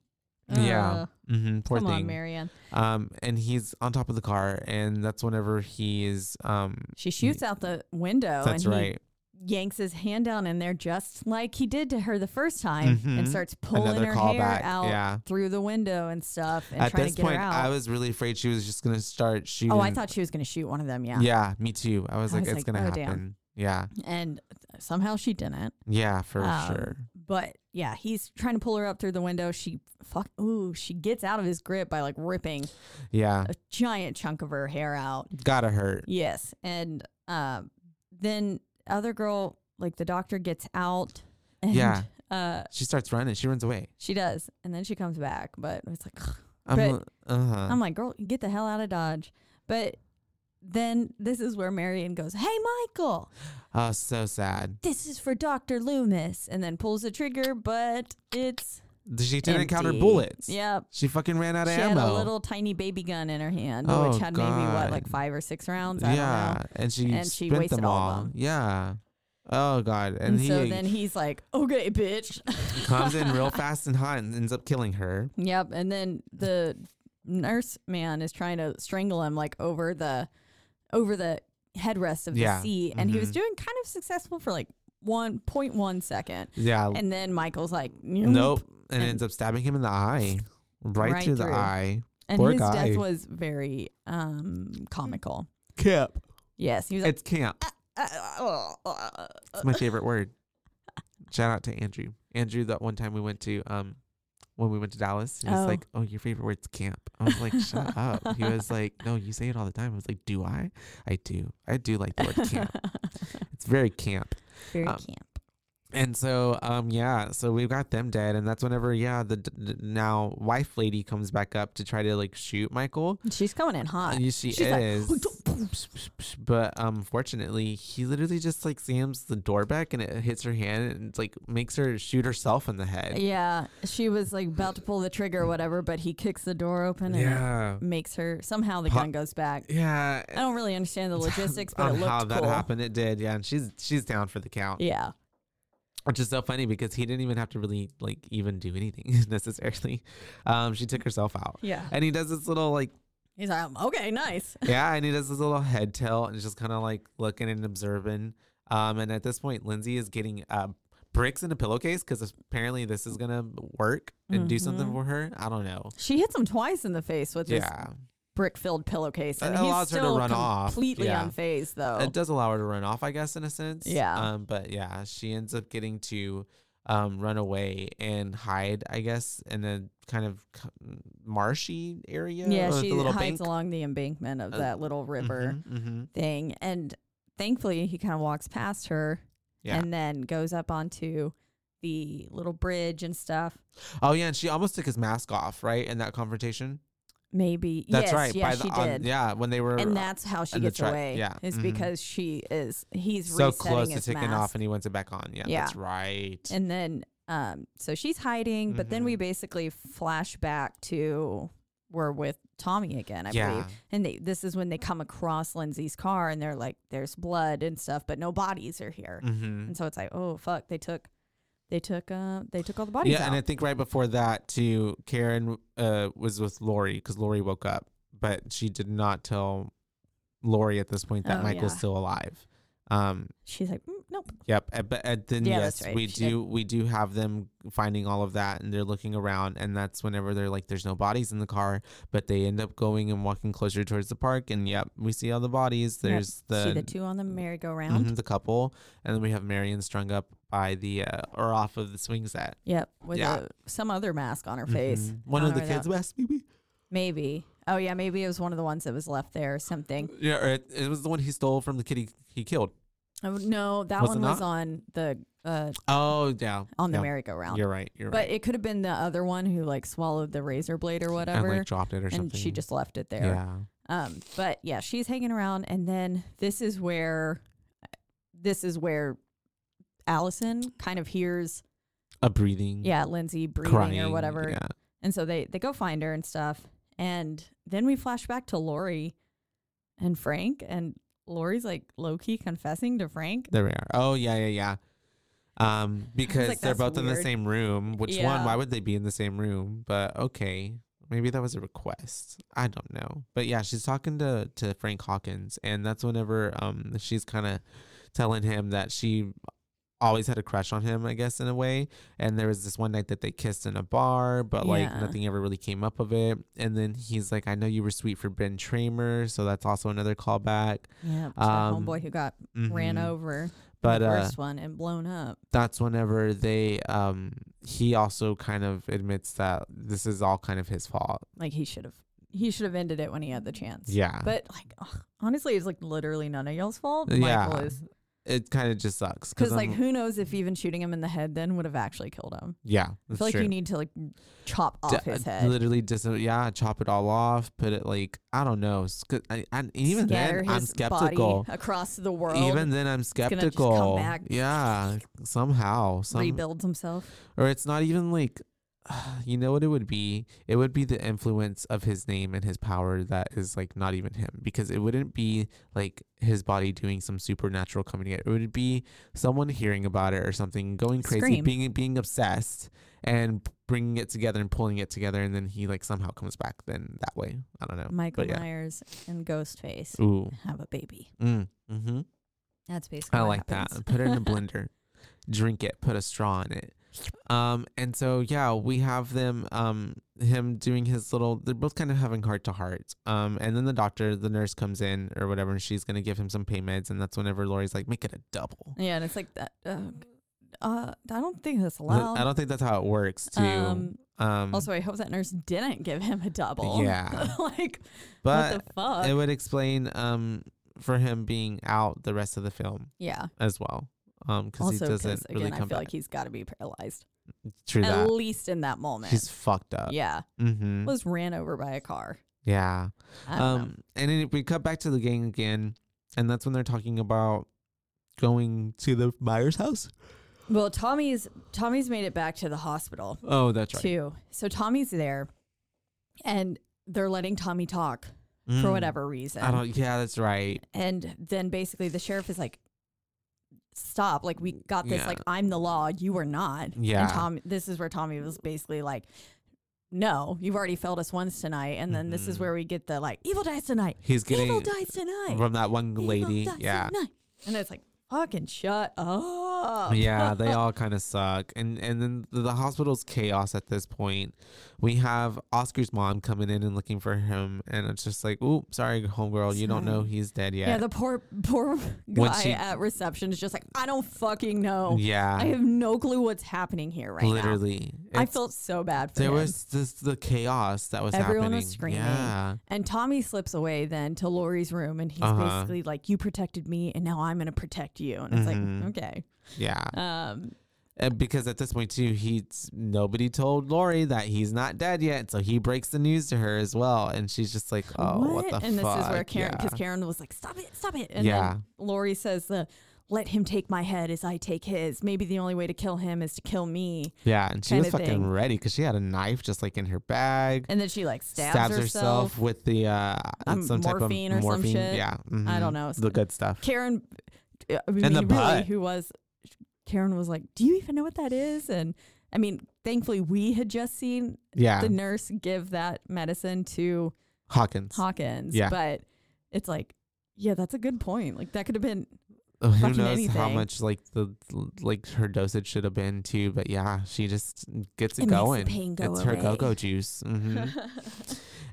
yeah, Ugh. hmm poor come thing. on, Marion. Um, and he's on top of the car, and that's whenever he is um. She shoots out the window That's oh, and right. he yanks his hand down in there just like he did to her the first time Mhm. and starts pulling Another her hair callback, out yeah. through the window and stuff and At trying this to get point, her out. I was really afraid she was just gonna start shooting. Oh, I thought she was going to shoot one of them. Yeah. Yeah, me too. I was like, I was it's like, gonna oh, damn. happen. Yeah, And somehow she didn't. yeah, for Um, sure. But yeah, he's trying to pull her up through the window. She fuck. Ooh, she gets out of his grip by like ripping Yeah, a giant chunk of her hair out. gotta hurt. Yes. And uh, then other girl, like the doctor, gets out. And, Yeah. Uh, She starts running. She runs away. she does, and then she comes back. But it's like I'm, But- uh huh. [sighs] I'm like, girl, get the hell out of Dodge. But then this is where Marion goes, "Hey, Michael." Oh, so sad. this is for Dr. Loomis, and then pulls the trigger, but it's She didn't counter empty. bullets. Yep. She fucking ran out She of had ammo. a little tiny baby gun in her hand, Oh, which had maybe what, God. like five or six rounds. I don't know. yeah, and she And she spent wasted them all all. of them. Yeah. Oh god. And, And, he so then he's like, "Okay, bitch." [laughs] comes in real fast and hot and ends up killing her. yep. And then the nurse man is trying to strangle him, like over the over the headrest of Yeah. the seat, and he was Mhm. doing kind of successful for like one point one second. Yeah. And then Michael's like, nope. And, and- ends up stabbing him in the eye. Right, Right through the through. eye. And Poor his guy. death was very um comical. Camp. Yes, he was like, It's camp. "Ah, ah, ah, ah, ah, ah." It's my favorite word. shout out to Andrew. Andrew, that one time we went to um when we went to Dallas, he Oh. was like, "Oh, your favorite word's camp." I was like, [laughs] "Shut up." He was like, "No, you say it all the time." I was like, "Do I? I do. I do like the word [laughs] camp. It's very camp." Very Um, camp. And so, um, yeah, so we've got them dead, and that's whenever, yeah, the d- d- now wife lady comes back up to try to like shoot Michael. She's coming in hot. Yeah, she Uh, She's like, "Oh, is. but um, fortunately, he literally just like slams the door back and it hits her hand and it's, like makes her shoot herself in the head. Yeah, she was like about to pull the trigger or whatever, but he kicks the door open and Yeah. makes her somehow the Pa- gun goes back. Yeah. I don't really [laughs] understand the Oh, logistics, but on it looked how that cool. happened, it did. Yeah, and she's she's down for the count, Yeah, which is so funny because he didn't even have to really like even do anything [laughs] necessarily. Um, she took herself out. Yeah. and he does this little like he's like, "Um, okay, nice. yeah, and he does this little head tilt and just kind of like looking and observing. Um, and at this point, Lindsay is getting uh, bricks in a pillowcase because apparently this is gonna work and do Mm-hmm. something for her. I don't know. She hits him twice in the face with this yeah, brick-filled pillowcase, and That he's allows her to still run off. completely Yeah. unfazed though. it does allow her to run off, I guess, in a sense. oh. Yeah. Um, but yeah, she ends up getting to um run away and hide, I guess, in a kind of c- marshy area. yeah, with she a little hides bank. along the embankment of Uh, that little river Mhm, mhm. thing, and thankfully he kind of walks past her, Yeah. and then goes up onto the little bridge and stuff. Oh yeah, and she almost took his mask off, right, in that confrontation. Maybe That's yes, right. Yeah, by she the, on- did. yeah, when they were and that's how she and the gets truck, away. yeah, is mhm. because she is he's so resetting close to his taking mask. off, and he wants it back on. Yeah, that's Yeah. right. Mm-hmm. and then um, so she's hiding, but then we basically flash back to we're with Tommy again, I believe. Yeah. And they this is when they come across Lindsay's car, and they're like, "There's blood and stuff, but no bodies are here." Mhm. And so it's like, "Oh fuck, they took, they took, uh, they took all the bodies Yeah, out." and I think right before that too, Karen uh, was with Lori because Lori woke up, but she did not tell Lori at this point that Oh, Michael's yeah. still alive. Um, She's like, mm, "Nope, Yep. uh, But uh, then Yeah, that's yes, right. we She did. do we do have them finding all of that and they're looking around and that's whenever they're like there's no bodies in the car, but they end up going and walking closer towards the park and yep, we see all the bodies. Yep, There's see the the two on the merry-go-round." mhm, the couple and then we have Marion strung up by the uh, or off of the swing set. Yep, with Yeah. a, some other mask on her face. Mhm. One I of don't the know kids West maybe. Maybe. Oh yeah, maybe it was one of the ones that was left there or something. Yeah, or it, it was the one he stole from the kid he, he killed. Oh, no, that Was it one was not? on the uh, Oh yeah. on the yeah. merry-go-round. You're right. You're But right. it could have been the other one who like swallowed the razor blade or And whatever, like dropped it or something. and she just left it there. Yeah. Um, but yeah, she's hanging around, and then this is where, this is where, Allison kind of hears A breathing. yeah Lindsay breathing Mm. Crying or whatever, Yeah. And so they they go find her and stuff. And then we flash back to Lori and Frank and Lori's like low key confessing to Frank. There we are. Oh yeah, yeah, yeah. [laughs] Um, because like, they're "That's both in the weird." same room. Which one? Yeah. Why would they be in the same room? But okay, maybe that was a request. I don't know. But yeah, she's talking to to Frank Hawkins, and that's whenever um she's kind of telling him that she always had a crush on him, I guess in a way. And there was this one night that they kissed in a bar, but like Yeah. nothing ever really came up of it. And then he's like, "I know you were sweet for Ben Tramer," so that's also another callback. Yeah, uh, to Um, the homeboy who got ran Mhm. over in But the uh, first one and blown up. that's whenever they um he also kind of admits that this is all kind of his fault. Like he should have he should have ended it when he had the chance. Mm-hmm. Yeah. But like ugh, honestly, it's like literally none of y'all's fault. Michael yeah. is It kind of just sucks because like I'm- who knows if even shooting him in the head then would have actually killed him. yeah, I that's feel like true. you need to like chop D- off his uh, head. Literally, dis- yeah, chop it all off. Put it like I don't know. s- 'cause I, I, and even scatter then, I'm his skeptical. body across the world. Even then, I'm gonna just come skeptical. back. Yeah, somehow, some, rebuilds himself. or it's not even like [sighs] you know what it would be it would be the influence of his name and his power that is like not even him because it wouldn't be like his body doing some supernatural coming in it would be someone hearing about it or something going crazy Scream. being being obsessed and bringing it together and pulling it together and then he like somehow comes back then that way i don't know Michael but yeah Myers and Ghostface ooh have a baby. mm, mm-hmm. That's basically. I what like happens. that. Put it [laughs] in a blender, drink it, put a straw in it. Um, and so yeah, we have them, um, him doing his little. They're both kind of having heart to heart. Um, and then the doctor, the nurse comes in or whatever, and she's gonna give him some pain meds, and that's whenever Lori's like, make it a double. yeah, and it's like that. Uh, uh, I don't think that's allowed. I don't think that's how it works too. Um, Um, also, I hope that nurse didn't give him a double. Yeah. [laughs] like, but what the fuck? it would explain um for him being out the rest of the film yeah. as well. Um, because he Also, doesn't because again, really I come feel back. like he's got to be paralyzed True at that. least in that moment. He's fucked up. yeah, Mm-hmm. was ran over by a car. Yeah. I don't know. Um, and then we cut back to the gang again, and that's when they're talking about going to the Myers house. Well, Tommy's Tommy's made it back to the hospital Oh, that's right. too. So Tommy's there, and they're letting Tommy talk for Mm. whatever reason. I don't. Yeah, that's right. and then basically the sheriff is like, "Stop! Like we got this. Yeah. Like I'm the law. You are not." Yeah. And Tom, this is where Tommy was basically like. No, you've already failed us once tonight, and then this is Mhm. where we get the like evil dies tonight. He's evil getting dies tonight. from that one Evil lady. dies Yeah. tonight. and it's like fucking shut up. [laughs] Yeah, they all kind of suck, and and then the, the hospital's chaos at this point. We have Oscar's mom coming in and looking for him, and it's just like, oh, sorry, homegirl, you don't know he's dead yet. Yeah, the poor poor When guy she- at reception is just like, I don't fucking know. Yeah, I have no clue what's happening here right now. literally. I It's- felt so bad for there him. was this the chaos that was Everyone happening. was screaming. Yeah. and Tommy slips away then to Lori's room and he's Uh-huh. basically like, You protected me and now I'm gonna protect you. And it's Mhm. like, okay. Yeah. Um And because at this point too, he's nobody told Lori that he's not dead yet, so he breaks the news to her as well, and she's just like, "Oh, what, the and fuck?" this is where Karen yeah. because Karen was like, Stop it, stop it. And Yeah. then Lori says the let him take my head as I take his. Maybe the only way to kill him is to kill me. yeah, and she kinda was fucking thing. ready because she had a knife just like in her bag, And then she like stabs, herself. with the uh, Um, some type of morphine or some morphine. shit. Yeah, I mhm. don't know. the good stuff. Karen, uh, I mean, the really, butt. who was Karen was like, "Do you even know what that is?" And I mean, thankfully, we had just seen Yeah, the nurse give that medicine to Hawkins. Hawkins. Yeah. but it's like, yeah, that's a good point. Like that could have been. Ugh, Who fucking knows how anything. much like the like her dosage should have been too, but yeah, she just gets it, It makes the going. pain go it's her away. go-go juice. hmm [laughs]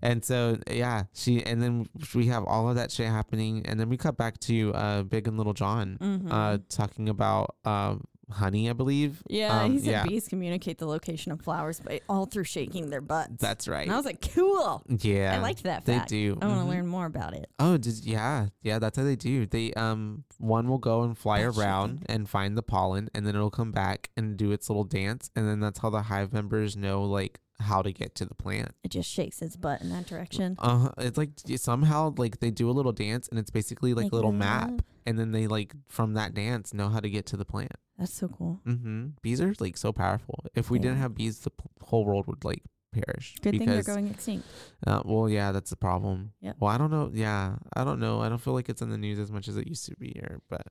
and so yeah, she and then we have all of that shit happening, and then we cut back to uh Big and Little John Mhm. uh talking about um honey, I believe. yeah, um, he said bees communicate the location of flowers by all through shaking their butts. That's right. and I was like, cool. yeah, I liked that. They Fact. do. I want to Mhm. learn more about it. Oh, did, yeah, yeah. That's how they do. They um, one will go and fly around and find the pollen, and then it'll come back and do its little dance, and then that's how the hive members know like how to get to the plant. It just shakes its butt in that direction. Uh, huh. it's like y- somehow like they do a little dance, and it's basically like, Like a little a map, map. and then they like from that dance know how to get to the plant. That's so cool. hmm Bees are like so powerful. If we didn't Yeah. have bees, the p- whole world would like perish. Good thing they're because going extinct. uh, well, yeah, that's the problem. Yep. Well, I don't know. Yeah, I don't know. I don't feel like it's in the news as much as it used to be here, but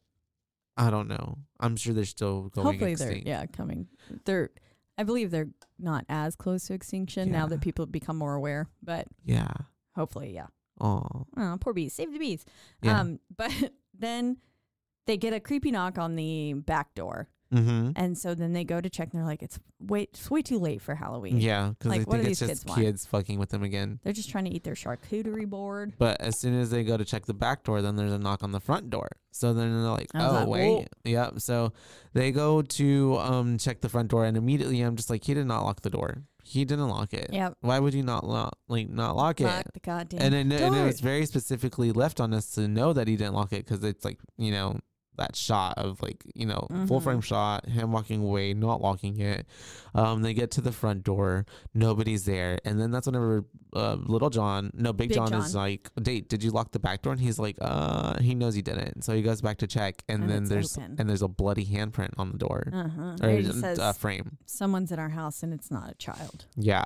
I don't know. I'm sure they're still going Hopefully extinct. they're yeah coming. They're I believe they're not as close to extinction now Yeah. that people have become more aware, but Yeah. hopefully yeah. Oh. Oh, poor bees, save the bees. Yeah. Um, [laughs] but then they get a creepy knock on the back door, mm-hmm. and so then they go to check, and they're like, "It's wait, it's way too late for Halloween. Yeah, because Like, I what do think it's these just kids kids, want? fucking with them again. They're just trying to eat their charcuterie board." But as soon as they go to check the back door, then there's a knock on the front door. So then they're like, I was "Oh like, wait, whoa. yep." So they go to um check the front door, and immediately I'm just like, "He did not lock the door. He didn't lock it. Yep. Why would you not lock like not lock it? Fuck the goddamn. and then and it door. was very specifically left on us to know that he didn't lock it because it's like you know that shot of like you know full Mhm. frame shot him walking away not locking it um they get to the front door nobody's there and then that's whenever uh, little john no big, Big john, is John. like date did you lock the back door and he's like uh he knows he didn't so he goes back to check and, And then it's there's open. and there's a bloody handprint on the door uh-huh. or Or he uh, says frame someone's in our house and it's not a child. yeah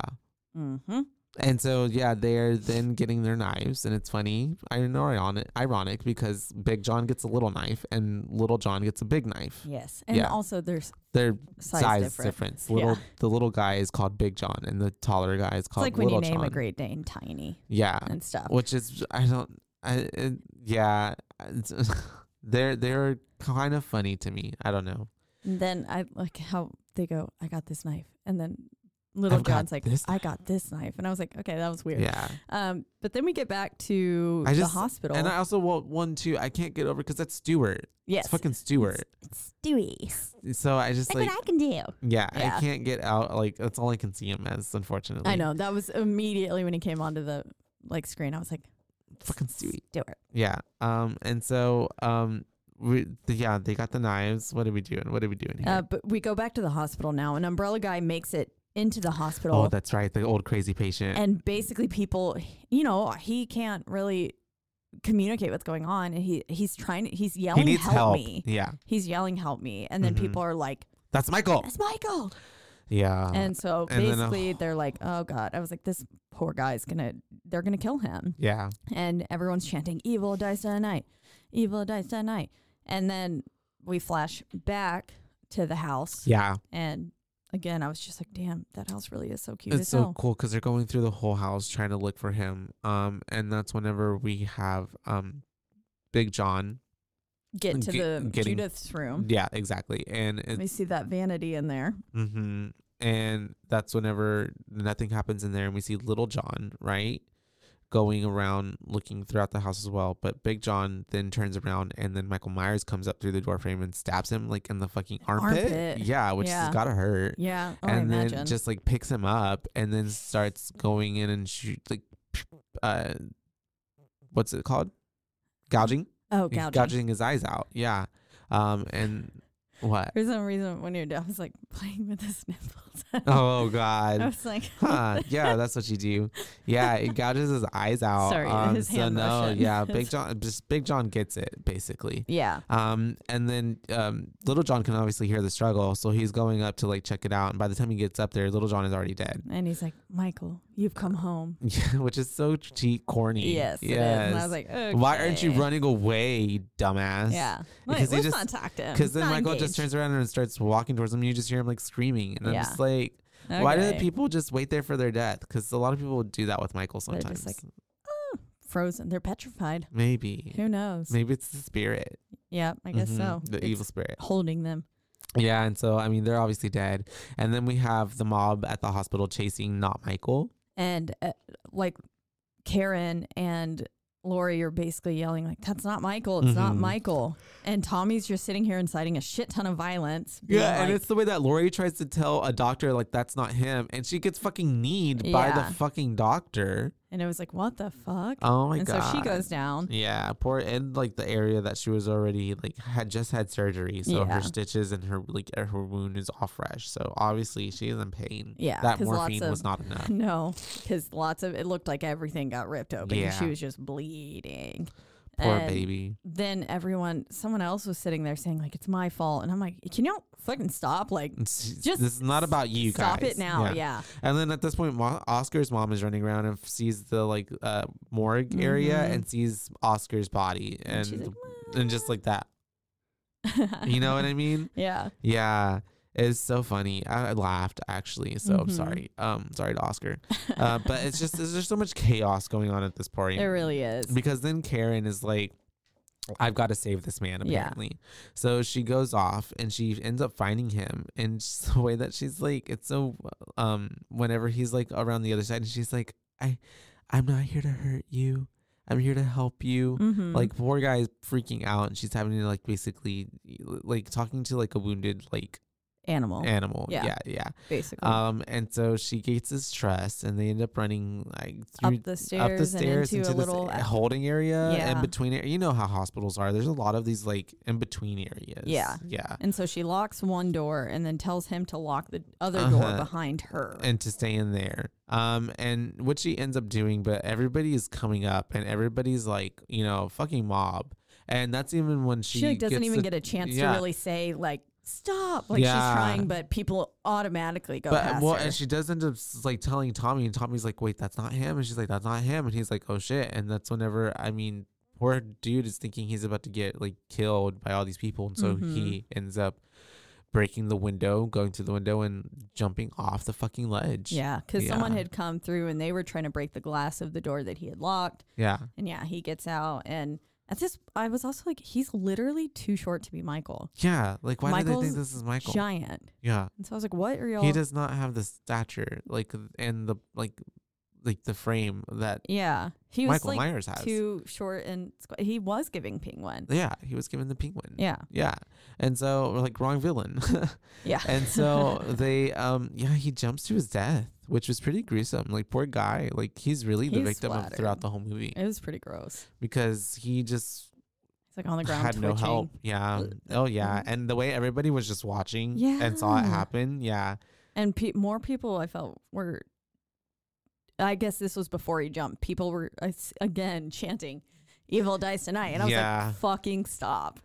Mm-hmm. And so yeah, they're then getting their knives, and it's funny, ironic, ironic because Big John gets a little knife and Little John gets a big knife. Yes, and Yeah. also there's Their size, size, difference. difference. Little Yeah. the little guy is called Big John, and the taller guy is It's called like when Little you name John. a Great Dane Tiny yeah, and stuff. which is I don't, I it, yeah, it's- [laughs] they're they're kind of funny to me. I don't know. And then I like how they go, I got this knife. And then Little I've got John's like, this I got this knife, and I was like, okay, that was weird. Yeah. Um, but then we get back to I the just- hospital. And I also want one too. I can't get over because that's Stewart. yes, It's fucking Stewart. Stewie. So I just like, I can do. yeah, Yeah. I can't get out. Like that's all I can see him as, unfortunately. I know that was immediately when he came onto the like screen. I was like, Fucking Stewie. Stewart. Yeah. Um. And so um. We, th- yeah, they got the knives. What are we doing? What are we doing here? Uh, but we go back to the hospital now, and Umbrella Guy makes it into the hospital. oh, that's right. The old crazy patient. and basically people you know he can't really communicate what's going on and he he's trying he's yelling he needs help, help. me Yeah. he's yelling help me and then Mhm. people are like That's Michael. that's michael Yeah. and so and then, uh, basically they're like oh god i was like this poor guy's gonna they're gonna kill him yeah. and everyone's chanting evil dies tonight evil dies tonight and then we flash back to the house Yeah. and again i was just like damn that house really is so cute It's as so hell. cool because they're going through the whole house trying to look for him. Um, and that's whenever we have um, Big John. get to Ge- the getting- judith's room Yeah, exactly. And We it's, see that vanity in there. hmm and that's whenever nothing happens in there, and we see Little John right going around looking throughout the house as well. But Big John then turns around, and then Michael Myers comes up through the door frame and stabs him like in the fucking armpit. Armpit. Yeah, which Yeah. has gotta hurt. Yeah. Oh, and I then imagine. just like picks him up and then starts going in and shoot like [sniffs] uh what's it called gouging oh, He's gouging. his eyes out yeah um and [laughs] what For some reason, when you're done, I was like [laughs] playing with his nipples. [laughs] oh I god was like, [laughs] huh yeah that's what you do yeah it gouges his eyes out Sorry, um his so hand no motion. [laughs] yeah big john just big john gets it basically yeah. Um, and then um, Little John can obviously hear the struggle, so he's going up to like check it out. And by the time he gets up there, Little John is already dead. [laughs] And he's like, Michael, you've come home. Yeah, which is so cheap, corny. Yes. it is. And I was like, okay. why aren't you running away, you dumbass? Yeah. Like, Because he let's just- not talk to him. Because He's then not Michael engaged. just turns around and starts walking towards him. And you just hear him like screaming, and Yeah. I'm just like, why do the Okay. people just wait there for their death? Because a lot of people do that with Michael They're sometimes. just like- Oh, frozen? They're petrified. maybe, Who knows? maybe it's the spirit. Yeah, I guess Mhm, so. The It's evil spirit. holding them. Yeah, and so I mean, they're obviously dead. And then we have the mob at the hospital chasing not Michael. And uh, like Karen and Lori are basically yelling like, "That's not Michael! It's not Mhm. Michael!" And Tommy's just sitting here inciting a shit ton of violence. being Yeah, and like, it's the way that Lori tries to tell a doctor like that's not him, and she gets fucking kneed by Yeah. the fucking doctor. and it was like, "What the fuck?" Oh my and god! so she goes down. Yeah, poor and like the area that she was already like had just had surgery, so Yeah. her stitches and her like uh, her wound is all fresh. So obviously she is in pain. Yeah, that 'cause lots morphine was of- not [laughs] enough. [laughs] No, because lots of it looked like everything got ripped open. and She Yeah. was just bleeding. Poor And baby. Then everyone, someone else was sitting there saying like, "It's my fault," and I'm like, "Can you fucking stop? Like, Just just this is not about you stop guys. it now!" Yeah, And then at this point, Mo- Oscar's mom is running around and f- sees the like uh, morgue area Mhm. and sees Oscar's body And and she's like, and just like that. You know what [laughs] I mean? yeah. Yeah, it's so funny. I I laughed actually, so I'm Mhm. sorry. Um, sorry to [laughs] Oscar, uh, but it's just there's just so much chaos going on at this party. It really is. because then Karen is like, "I've got to save this man." Yeah. Apparently, so she goes off and she ends up finding him, and [laughs] just the way that she's like, it's so. Um, whenever he's like around the other side, and she's like, "I, I'm not here to hurt you. I'm here to help you." Mhm. Like poor guy is freaking out, and she's having to like basically like talking to like a wounded like animal, animal. Oh, Yeah. Oh. Yeah, yeah. basically. Um, and so she gets his trust, and they end up running like up through the stairs, up the stairs and into, a this little. uh, a- holding area Yeah. in between it. You know how hospitals are. There's a lot of these like in between areas. Yeah. Yeah. and so she locks one door and then tells him to lock the other door Uh-huh. behind her. And to stay in there. Um, and what she ends up doing, but everybody is coming up and everybody's like, you know, fucking mob. And that's even when she, she like, doesn't gets even the- get a chance yeah. to really say like stop. Like she's Yeah. trying, but people automatically go But past well, her. and she does end up s- like telling Tommy, and Tommy's like, "Wait, that's not him," and she's like, "That's not him," and he's like, "Oh shit!" And that's whenever I mean, poor dude is thinking he's about to get like killed by all these people, and so Mhm. he ends up breaking the window, going through the window, and jumping off the fucking ledge. yeah, because someone Yeah. had come through and they were trying to break the glass of the door that he had locked, yeah, and yeah, he gets out and. At this, I was also like, he's literally too short to be Michael. Yeah, like why do they Michael's think this is Michael? Giant. Yeah, And so I was like, what are y'all? he does not have the stature, like and the like, like the frame that yeah. He was Michael like Myers has. too short and squ- he was giving penguin. Yeah, he was given the penguin. Yeah. yeah, and so we're like wrong villain, [laughs] Yeah. and [laughs] so they um yeah he jumps to his death, which was pretty gruesome. Like poor guy, like he's really the He's victim of splattered. throughout the whole movie it was pretty gross. because he just It's like on the ground had twitching. mm-hmm. no help. Yeah. Oh yeah. And the way everybody was just watching and saw it Yeah. happen. Yeah. And pe- more people I felt were, I guess this was before he jumped. People were uh, s- again chanting, "Evil dies tonight," and I was Yeah. like, "Fucking stop!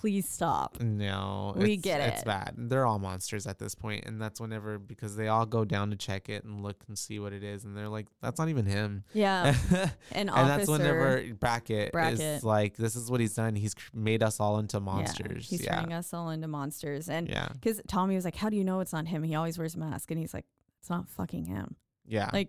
Please [laughs] stop!" No. We it's- get It's it. bad. They're all monsters at this point, and that's whenever because they all go down to check it and look and see what it is, and they're like, "That's not even him." Yeah, [laughs] and an that's officer. whenever Brackett, is Brackett. like, "This is what he's done. He's cr- made us all into Yeah, monsters." he's Yeah. turning us all into monsters, and Yeah. because Tommy was like, "How do you know it's not him? He always wears a mask," and he's like, "It's not fucking him. Yeah. Like,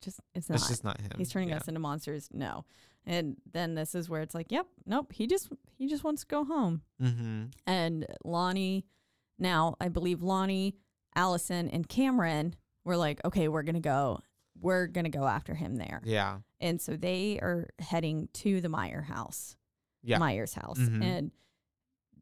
just it's not. it's just not him. he's turning yeah. us into monsters. No." And then this is where it's like, "Yep, nope. He just he just wants to go home." Mm-hmm. and Lonnie. Now, I believe Lonnie, Allison, and Cameron were like, okay, we're going to go. We're going to go after him there. Yeah. And so they are heading to the Meyer house, Yeah. Meyer's house. Mhm. And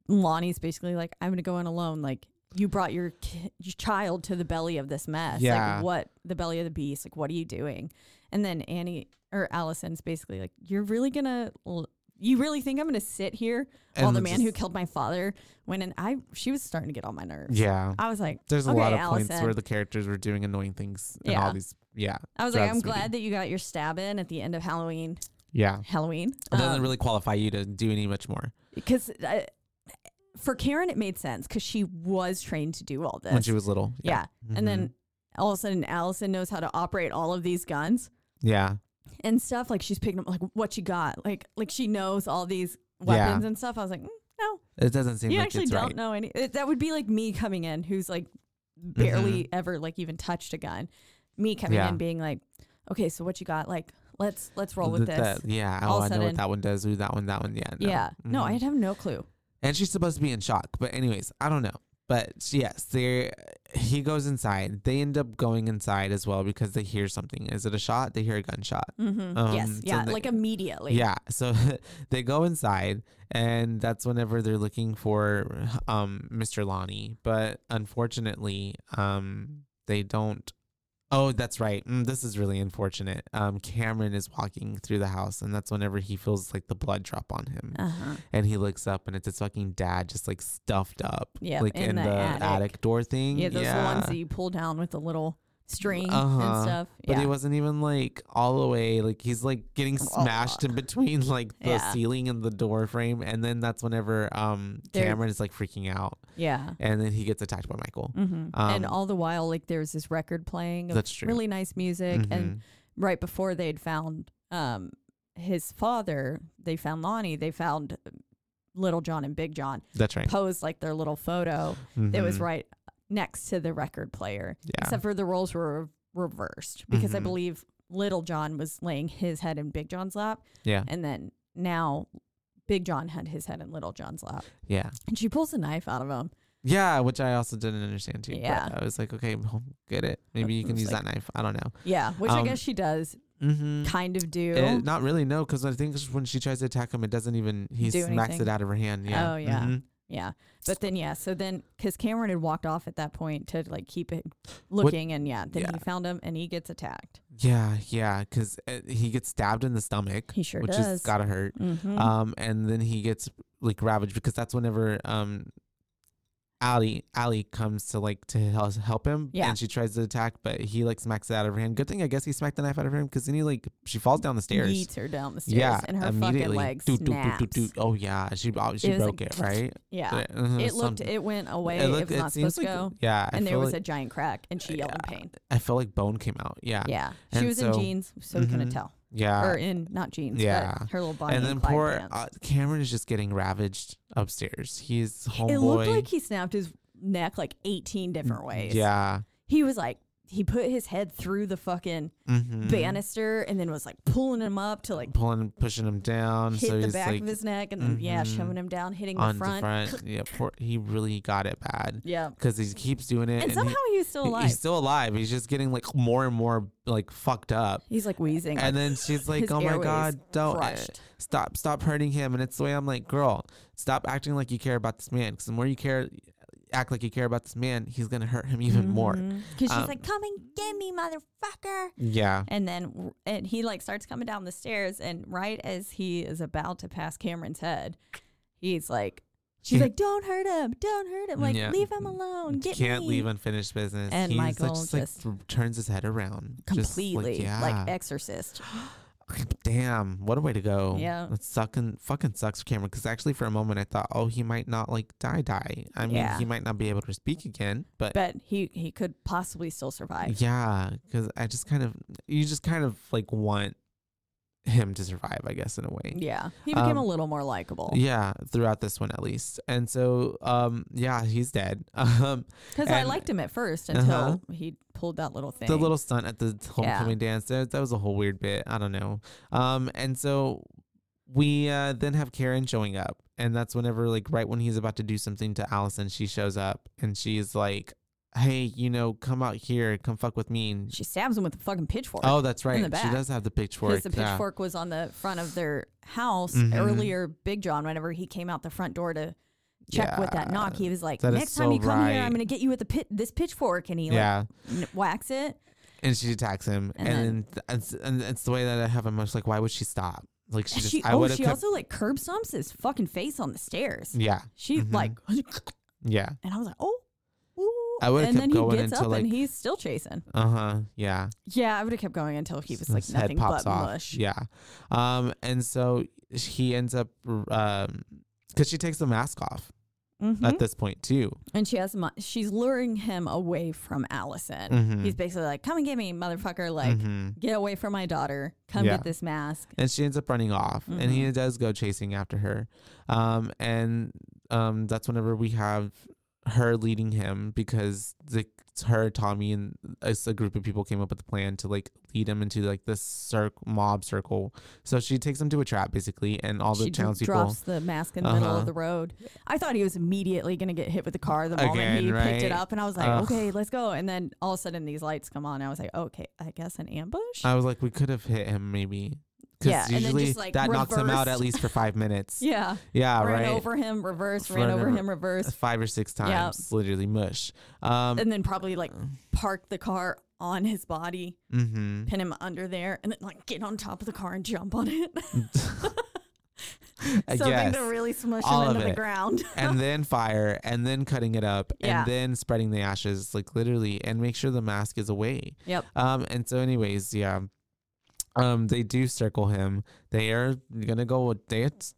Lonnie's basically like, I'm going to go in alone. Like, you brought your, ki- your child to the belly of this mess. Yeah. Like, what? The belly of the beast. Like, what are you doing? And then Annie or Allison's basically like, you're really going to. L- you really think I'm going to sit here while And the man just- who killed my father went and I she was starting to get on my nerves. Yeah. I was like, There's a Uh, okay, lot of Allison. points where the characters were doing annoying things and all Yeah. Uh, these. Yeah. I was like, throughout I'm this movie. glad that you got your stab in at the end of Halloween. Yeah. Halloween. Um, It doesn't really qualify you to do any much more Because uh, for Karen, it made sense because she was trained to do all this. when she was Mm-hmm. little. yeah. And then all of a sudden, Allison knows how to operate all of these guns Yeah. and stuff. Like she's picking up like what she got. Like like she knows all these weapons Yeah. and stuff. I was like, mm, no, It doesn't seem you like actually it's don't right. know any. It, that would be like me coming in, who's like barely ever like even touched a gun. Me coming Mm-hmm. Yeah. in, being like, okay, so what you got? Like, let's let's roll with Th- this. that- yeah. All oh, of a I know what sudden- that one does. Ooh, that one, that one. Yeah. No. yeah. No, Mhm. I'd have no clue. And she's supposed to be in shock. But anyways, I don't know. But yes, they he goes inside. They end up going inside as well because they hear something. Is it a shot? They hear a gunshot. Mm-hmm. Um, yes. so Yeah. they- like immediately. Yeah. [laughs] So they go inside, and that's whenever they're looking for um, Mr. Lonnie. But unfortunately, um, they don't. Oh, that's right. Mm, this is really unfortunate. Um, Cameron is walking through the house, and that's whenever he feels like the blood drop on him. Uh-huh. And he looks up, and it's his fucking dad, just like stuffed up, Yeah, like in in, the, the attic. attic. door thing. Yeah. Those ones Yeah. that you pull down with the little string Uh-huh. and stuff. But yeah. he wasn't even like all the way. Like he's like getting smashed in between [laughs] like the Yeah. ceiling and the door frame, and then that's whenever um There- Cameron is like freaking out, yeah. and then he gets attacked by Michael. Mm-hmm. Um, and all the while, like there was this record playing of That's true. Mm-hmm. really nice music. And right before they'd found um, his father, they found Lonnie. They found uh, Little John and Big John That's right. posed like their little photo that was Mhm. right next to the record player. Yeah. Except for the roles were reversed because I Mhm. believe Little John was laying his head in Big John's lap, Yeah, and then now Big John had his head in Little John's lap, yeah, and she pulls a knife out of him. yeah. Which I also didn't understand too. Yeah. Yeah, I was like, okay, well, get it. Maybe you can It's use like- that knife. I don't know. Yeah, which I Um, guess she does Mm-hmm. kind of do. not really, no, because I think when she tries to attack him, it doesn't even he Do smacks anything. it out of her hand. Yeah. Oh, yeah. Mhm. Yeah. But then, yeah. So then, because Cameron had walked off at that point to like keep it looking, and yeah, then yeah. he found him and he gets attacked. Yeah, yeah, because he gets stabbed in the stomach. He sure which has does. gotta hurt. Mhm. Um, and then he gets like ravaged because that's whenever um, Ali Ali comes to like to hel- help him. Yeah. and she tries to attack, but he like smacks it out of her hand. Good thing I guess he smacked the knife out of her hand because then he like she falls down the stairs. Yeets her down the stairs, yeah, and her fucking immediately. legs Doo, doo, doo, doo, snaps. doo. Oh yeah, she oh, she It was broke like- it right. [laughs] Yeah, Uh, it looked. something. It went away. It, looked- was not seems supposed like- to go. Yeah, I and there feel was like- a giant crack, and she yelled in pain. I felt like bone came out. Yeah, Yeah, And she was so- in jeans, so we couldn't Mhm. tell. yeah. or in not jeans, yeah. but her little body. and And then Clyde poor pants. uh, Cameron is just getting ravaged upstairs. He's homeboy. Mm, it looked like he snapped his neck like eighteen different ways. Yeah. he was like he put his head through the fucking Mhm. banister and then was like pulling him up to like pulling, pushing him down. hit so the he's back like of his neck and then yeah, Mhm. shoving him down, hitting the on front. the [laughs] front. yeah, poor, he really got it bad Yeah. because he keeps doing it. And, he- somehow he was still he- alive. He's still alive. He's just getting like more and more like fucked up. He's like wheezing. And like, then [laughs] she's like, his "Oh my airways god, don't crushed. stop, stop hurting him." And it's the way I'm like, "Girl, stop acting like you care about this man. Because the more you care, act like you care about this man, he's gonna hurt him even more." Because Mm-hmm. she's um, like, come and get me, motherfucker. Yeah, And then and he like starts coming down the stairs. And right as he is about to pass Cameron's head, he's like, she's Yeah. like, don't hurt him. Don't hurt him. Like, Yeah. leave him alone. Get can't me. leave unfinished business. And he's like, Michael just, like, just- th- turns his head around Just, Completely. yeah. like, exorcist. [sniffs] Damn, what a way to go. Yeah. That's sucking fucking sucks for Cameron. Cause actually for a moment I thought, oh, he might not like die die. I mean Yeah. he might not be able to speak again, but, But he, he could possibly still survive. yeah, because I just kind of you just kind of like want him to survive, I guess, in a way. Yeah. He became a Um, little more likable. Yeah, throughout this one at least. And so um yeah, he's dead. [laughs] Um Because I and- liked him at first Uh-huh. until he pulled that little thing. the little stunt at the homecoming Yeah. dance that, that was a whole weird bit i don't know um and so we uh, then have karen showing up and that's whenever like right when he's about to do something to allison she shows up and she's like hey you know come out here come fuck with me and She stabs him with a fucking pitchfork. oh that's right the she back. does have the pitchfork Because the yeah. pitchfork was on the front of their house Mhm. earlier. Big John, whenever he came out the front door to check with that knock, he was like, That is "Next time so you come here, right. I'm gonna get you with the pit this pitchfork," and he yeah like n- whacks it. and she attacks him and, And then, it's, and it's the way that i have him I was like why would she stop like she just she i oh, would have she kept also like curb stomps his fucking face on the stairs. yeah She Mhm. like, [laughs] and yeah I was like, "Oh." Ooh. I would've and then kept he going gets until, up and like- he's still chasing. uh-huh yeah Yeah, I would have kept going until he was like his head nothing pops but off. mush. Yeah. Um, and so he ends up, um, cause she takes the mask off Mhm. at this point too. And she has, mu- she's luring him away from Allison. Mhm. He's basically like, "Come and get me, motherfucker! Like, Mhm. get away from my daughter! Come Yeah. get this mask!" And she ends up running off and he Mm-hmm. does go chasing after her. Um, and, um, that's whenever we have her leading him because the, her, Tommy, and it's a group of people came up with a plan to like lead him into like this circ mob circle. So she takes him to a trap basically, and all the she dro- townspeople drops the mask in the middle Uh-huh. of the road. I thought he was immediately going to get hit with the car the moment Again, he picked right? it up, and I was like, Ugh. "Okay, let's go!" And then all of a sudden, these lights come on. And I was like, "Okay, I guess an ambush." I was like, we could have hit him maybe. Because Yeah, and then usually just, like, that knocks him out at reversed. least for five minutes. [laughs] yeah, Yeah, ran right. over him, reverse, ran Ran over over- him, reverse, Five or six times. Literally mush. Um, and then probably like park the car on his body, mhm. pin him under there, and then like get on top of the car and jump [laughs] on it. [laughs] I Something guess. to really smush All him into of the it. ground. [laughs] and then fire, and then cutting it up, Yeah. and then spreading the ashes, like literally, and make sure the mask is away. Yep. Um, and so, anyways, yeah. Um, they do circle him. They are gonna go. with- They it's,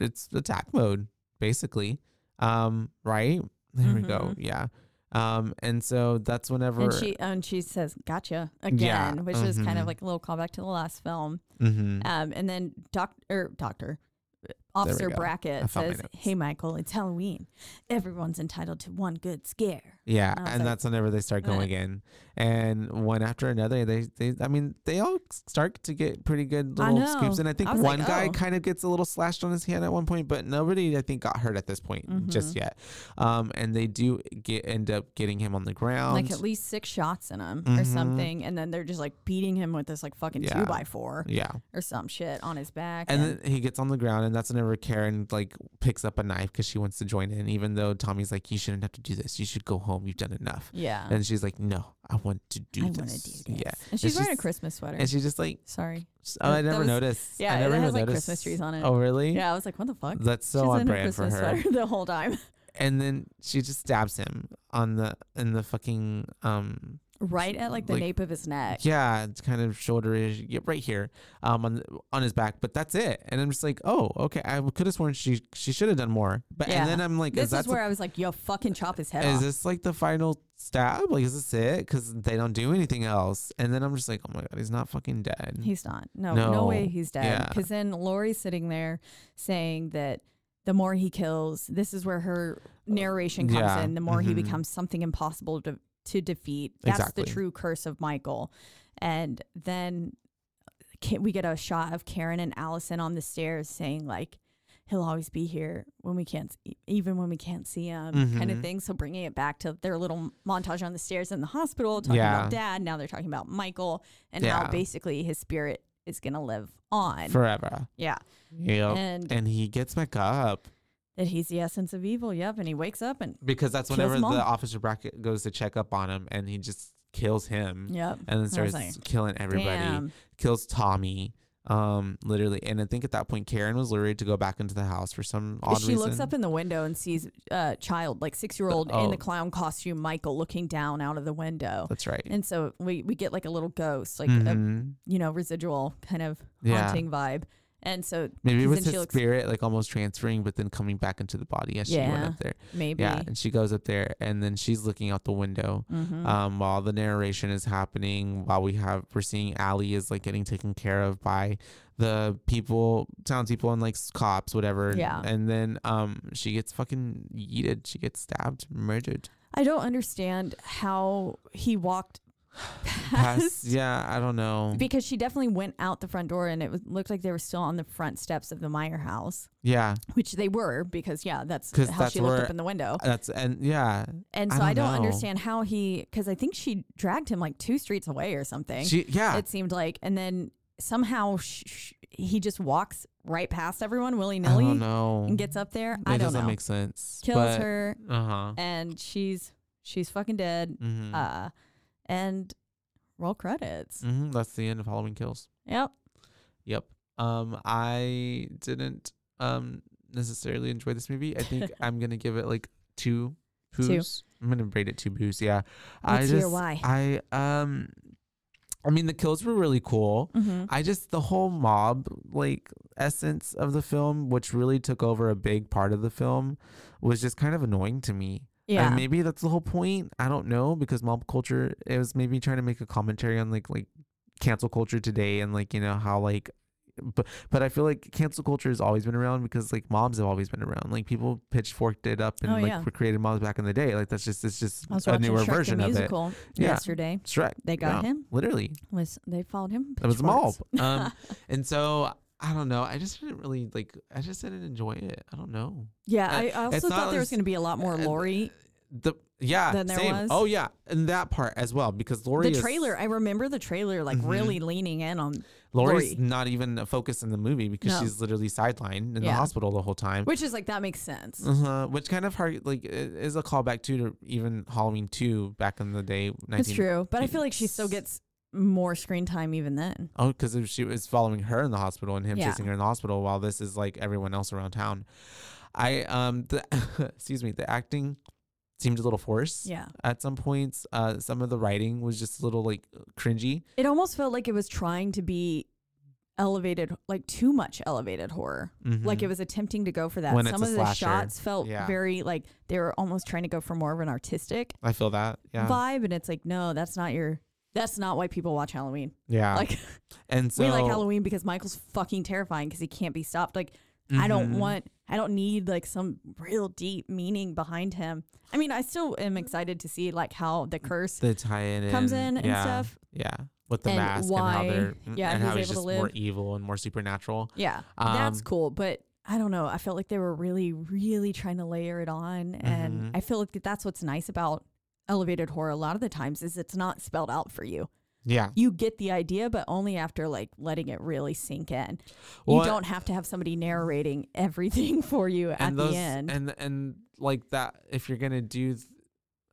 it's attack mode basically. Um, right there we go. Yeah. Um, and so that's whenever. Mm-hmm. And she and she says, "Gotcha" again, which is kind mhm. of like a little callback to the last film. Mhm. Um, and then doc or doctor, uh, Officer go. I Brackett found my says, notes. "Hey, Michael, it's Halloween. Everyone's entitled to one good scare." Yeah, I was and like, that's whenever they start going in, and one after another, they, they I mean, they all start to get pretty good I little scoops, know. and I think I was one like, guy oh. kind of gets a little slashed on his hand at one point, but nobody I think got hurt at this point just Mm-hmm. yet. Um, and they do get end up getting him on the ground, Like at least six shots in him or Mhm. something, and then they're just like beating him with this like fucking Yeah. two by four yeah. or some shit on his back. And then he gets on the ground, and that's whenever Karen like picks up a knife because she wants to join in, even though Tommy's like, "You shouldn't have to do this. You should go home. You've done enough." yeah, And she's like, "No, I want to do I this." want to do this. Yeah, and she's wearing a she's- Christmas sweater. and she's just like. Sorry. Oh, I That- that never was- noticed. yeah, I never that has, even like, noticed. Christmas trees on it. Oh, really? Yeah, I was like, "What the fuck?" That's so she's on in a brand for Christmas her. sweater [laughs] the whole time, And then she just stabs him on the in the fucking um right at like the Like- nape of his neck. yeah, it's kind of shoulderish yeah, right here um on the- on his back. But that's it. And I'm just like, oh, okay. I could have sworn she she should have done more. But and then I'm like, this is that is the- where I was like, yo, fucking chop his head is off. this like the final stab? Like, is this it? Because they don't do anything else. And then I'm just like, oh my god, he's not fucking dead. He's not. No, no, way Mm-hmm. No. he's dead. Yeah. Because then Lori's sitting there saying that the more he kills, this is where her narration comes Yeah. in, the more he Mhm. becomes something impossible to, to defeat. That's Exactly. the true curse of Michael. And then uh, ca- we get a shot of Karen and Allison on the stairs saying like, "He'll always be here when we can't, s- e, even when we can't see him," kind of Mhm. thing. So bringing it back to their little montage on the stairs in the hospital, talking Yeah. about Dad. Now they're talking about Michael and Yeah. how basically his spirit is gonna live on. forever. yeah, Yep. And- Oh. And, he gets back up that he's the essence of evil. Yep, and he wakes up and because that's Kills whenever him the all. officer bracket goes to check up on him, and he just kills him. yep. And then I was starts like, killing everybody. Damn. Kills Tommy. Um, literally. And I think at that point Karen was lured to go back into the house for some odd she reason. looks up in the window and sees a child, like six year old, in oh. the clown costume, Michael, looking down out of the window. That's right. And uh, so we, we get like a little ghost, like a Mhm. you know residual kind of Yeah. haunting vibe. And so Maybe it then was she his looks- spirit, like almost transferring, but then coming back into the body as she went Yeah, up there. maybe Yeah, and she goes up there, and then she's looking out the window Mm-hmm. um, while the narration is happening. While we have we're seeing Allie is like getting taken care of by the people, townspeople, and like s- cops, whatever. Yeah. and then um, she gets fucking yeeted. She gets stabbed, [laughs] murdered. I don't understand how he walked Past, past. yeah, I don't know. Because she definitely went out the front door and it was, looked like they were still on the front steps of the Meyer house, yeah, which they were because, yeah, that's 'Cause how that's she looked where- up in the window. that's and yeah. And I so I don't don't, know. understand how he, because I think she dragged him like two streets away or something. She yeah. it seemed like, and then somehow sh- sh- he just walks right past everyone willy I don't nilly know. and gets up there. I it don't doesn't know. make sense. Kills but- her, Uh huh. and she's she's fucking dead. Mm-hmm. Uh, and roll credits. hmm That's the end of Halloween Kills. Yep. Yep. Um, I didn't um necessarily enjoy this movie. I [laughs] think I'm gonna give it like two Two. poos. i I'm gonna rate it two poos. Yeah. I Let's just hear why. I um, I mean the kills were really cool. Mm-hmm. I just the whole mob like essence of the film, which really took over a big part of the film, was just kind of annoying to me. Yeah. And maybe that's the whole point. I don't know because mob culture it was maybe trying to make a commentary on like like cancel culture today and like you know how like but but I feel like cancel culture has always been around because like mobs have always been around. Like people pitchforked it up and Oh, like yeah. were created mobs back in the day. Like that's just it's just I was a watching newer Shrek the version of it. musical Yeah. yesterday. Shrek. They got him? Literally. Was they followed him? That was a mob. pitchforks. [laughs] Um and so I don't know. I just didn't really like I just didn't enjoy it. I don't know. Yeah, Uh, I, I it's also not thought there was as- going to be a lot more uh, Lori. The yeah, Than there same. was? Oh yeah, and that part as well because Lori The is- trailer, I remember the trailer like Mhm. really leaning in on Lori's Lori. not even a focus in the movie because No. she's literally sidelined in the Yeah. hospital the whole time. Which is like that makes sense. uh-huh. Which kind of hard, like i- is a callback too to even Halloween two back in the day. 19- That's true, but I feel like she still gets more screen time even then. Oh, because she was following her in the hospital and him Yeah. chasing her in the hospital, while this is like everyone else around town. I um, the, [laughs] excuse me, the acting seemed a little forced. Yeah, At some points, uh, some of the writing was just a little like cringy. it almost felt like it was trying to be elevated, like too much elevated horror. Like Mhm. it was attempting to go for that. When it's Some a of the slasher. shots felt Yeah. very like they were almost trying to go for more of an artistic I feel that. Yeah. vibe, and it's like no, that's not your. That's not why people watch Halloween. yeah. Like and so we like Halloween because Michael's fucking terrifying because he can't be stopped. Like I don't Mhm. want, I don't need like some real deep meaning behind him. I mean, I still am excited to see like how the curse. the tie-in comes and- in and yeah, stuff. Yeah, with the And mask and why- how they're yeah, and he's how he's able to just more live. evil and more supernatural. yeah, that's Um, cool. But I don't know. I felt like they were really, really trying to layer it on, and Mhm. I feel like that that's what's nice about elevated horror. A lot of the times is it's not spelled out for you. Yeah, You get the idea, but only after like letting it really sink in. Well, you don't have to have somebody narrating everything [laughs] for you at and those the end. and and like that. If you're gonna do, th-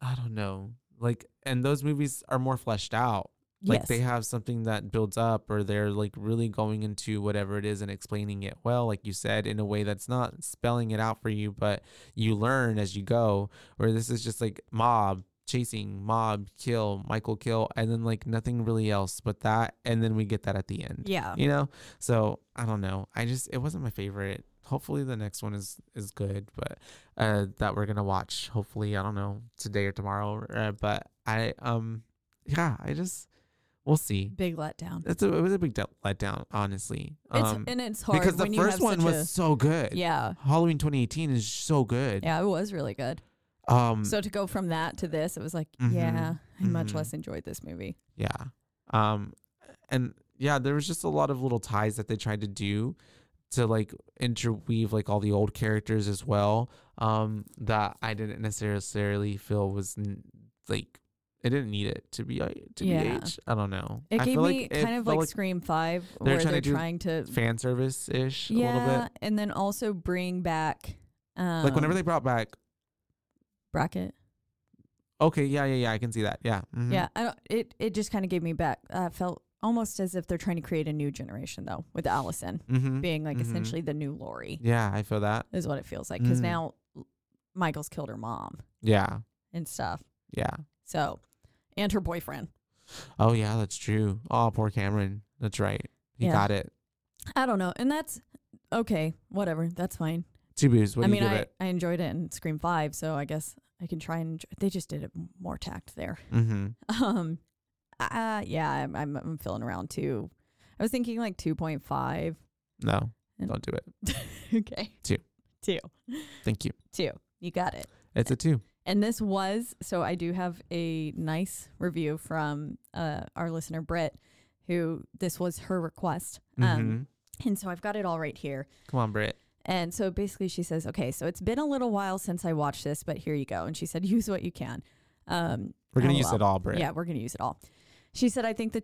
I don't know, like and those movies are more fleshed out. Like yes. they have something that builds up, or they're like really going into whatever it is and explaining it well, like you said, in a way that's not spelling it out for you, but you learn as you go. Or this is just like mob chasing, mob kill, Michael kill, and then like nothing really else but that, and then we get that at the end. yeah. you know so i don't know i just it wasn't my favorite hopefully the next one is is good but uh that we're gonna watch hopefully i don't know today or tomorrow uh, but i um yeah i just we'll see Big letdown. it's a, it was a big de- letdown honestly It's, um and it's hard because the when you first have one such was so good a, yeah, halloween 2018 is so good yeah, it was really good. um So to go from that to this, it was like, Mhm. yeah, I much Mhm. less enjoyed this movie. Yeah. Um and yeah, there was just a lot of little ties that they tried to do to like interweave like all the old characters as well. Um that I didn't necessarily feel was n- like it didn't need it to be like, to Yeah. be H. I don't know. It I gave feel me it kind of felt like, Scream Five, they were where trying they're to do trying to fan service ish a little yeah, bit. and then also bring back um, Like whenever they Mm-hmm. brought back bracket. okay, yeah, yeah, yeah, I can see that. Yeah. mhm. Yeah, I don't, it it just kind of gave me back. Uh, felt almost as if they're trying to create a new generation though, with Allison Mhm. being like mhm. essentially the new Laurie Yeah, I feel that. is what it feels like because Mm. now Michael's killed her mom Yeah. and stuff. Yeah. So, and her boyfriend. Oh yeah, that's true. Oh, poor Cameron. That's right. He Yeah. got it. I don't know, and that's okay. Whatever, that's fine. Two boos. What I do mean, you give I, it? I enjoyed it in Scream Five, so I guess I can try and enjoy, they just did it more tact there. [laughs] Mm-hmm. Um, uh, yeah, I'm, I'm I'm feeling around two. I was thinking like two point five. [laughs] No, And- don't do it. okay, Two. two, Thank you. two. You got it. It's a two. And this was so I do have a nice review from uh, our listener Britt, who this was her request. Um, Mhm. and so I've got it all right here. Come on, Britt. And so basically, she says, "Okay, so it's been a little while since I watched this, but here you go." And she said, [laughs] "Use what you can." Um, We're gonna oh, use well. it all, Britt. Yeah, we're gonna use it all. She said, "I think the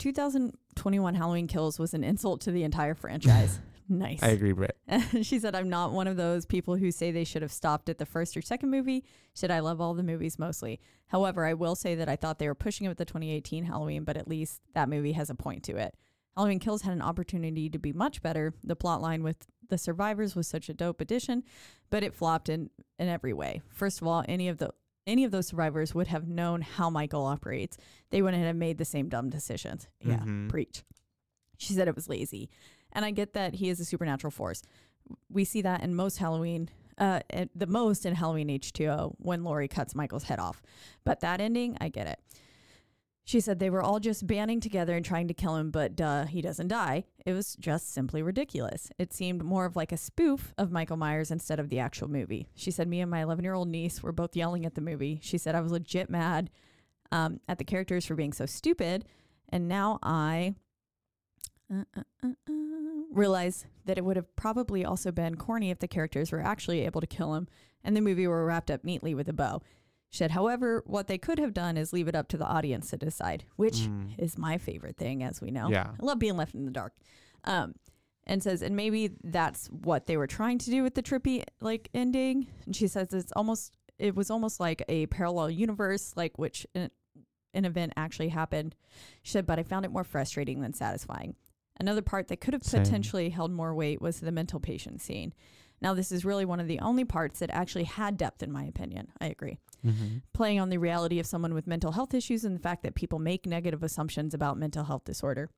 2021 Halloween Kills was an insult to the entire [laughs] franchise." nice. I [laughs] agree, Britt. she said, "I'm not one of those people who say they should have stopped at the first or second movie." She said, "I love all the movies mostly. However, I will say that I thought they were pushing it with the 2018 Halloween, but at least that movie has a point to it." Halloween Kills had an opportunity to be much better. The plot line with the survivors was such a dope addition, but it flopped in, in every way. First of all, any of the any of those survivors would have known how Michael operates. They wouldn't have made the same dumb decisions. Yeah, Mhm. preach. She said it was lazy. And I get that he is a supernatural force. We see that in most Halloween, uh, at the most in Halloween H2O when Laurie cuts Michael's head off. But that ending, I get it. She said they were all just banding together and trying to kill him, but duh, he doesn't die. It was just simply ridiculous. It seemed more of like a spoof of Michael Myers instead of the actual movie. She said, Me and my 11 year old niece were both yelling at the movie. She said, I was legit mad um, at the characters for being so stupid. And now I uh, uh, uh, uh, realize that it would have probably also been corny if the characters were actually able to kill him and the movie were wrapped up neatly with a bow. She said, however, what they could have done is leave it up to the audience to decide, which Mm. is my favorite thing, as we know. Yeah. I love being left in the dark. Um, and says, and maybe that's what they were trying to do with the trippy like ending. And she says it's almost, it was almost like a parallel universe, like which an, an event actually happened. She said, but I found it more frustrating than satisfying. Another part that could have Same. potentially held more weight was the mental patient scene. Now, this is really one of the only parts that actually had depth, in my opinion. I agree Mm-hmm. playing on the reality of someone with mental health issues and the fact that people make negative assumptions about mental health disorder.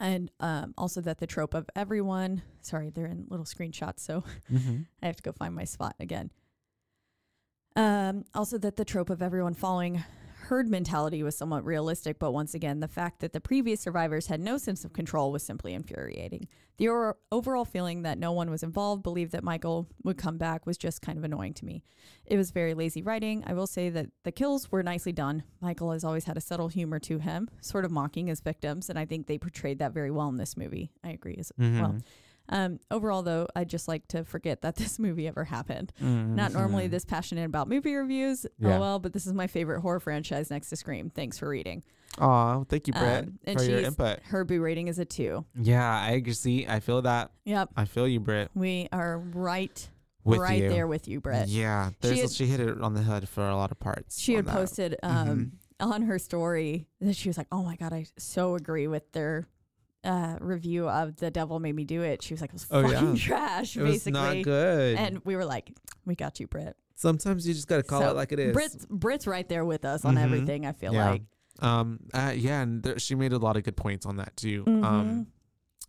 And um, also that the trope of everyone, sorry, they're in little screenshots, so Mm-hmm. [laughs] I have to go find my spot again. Um, also, that the trope of everyone following herd mentality was somewhat realistic, but once again, the fact that the previous survivors had no sense of control was simply infuriating. The or- overall feeling that no one was involved, believed that Michael would come back, was just kind of annoying to me. It was very lazy writing. I will say that the kills were nicely done. Michael has always had a subtle humor to him, sort of mocking his victims, and I think they portrayed that very well in this movie. I agree as well. Um, overall, though, I just like to forget that [laughs] this movie ever happened. Not normally this passionate about movie reviews. Mm-hmm. Yeah. Oh well, but this is my favorite horror franchise next to Scream. Thanks for reading. Aw, thank you, Britt, Um, and for your she's- input. Her boo rating is a two. Yeah, I agree. See, I feel that. Yep, I feel you, Britt. we are right, With right you. there with you, Brett. Yeah, there's she, had- hit it on the head for a lot of parts. She had on that. Mm-hmm. posted um, on her story that she was like, "Oh my god, I so agree with their." Uh, review of the devil made me do it. She was like, it was Oh, yeah. fucking trash, It basically. was not good. And we were like, we got you, Britt. sometimes you just gotta call So, it like it is. Brit's Brit's right there with us on Mhm. everything. I feel Yeah. like Um. Uh, yeah, and there, she made a lot of good points on that too. Um.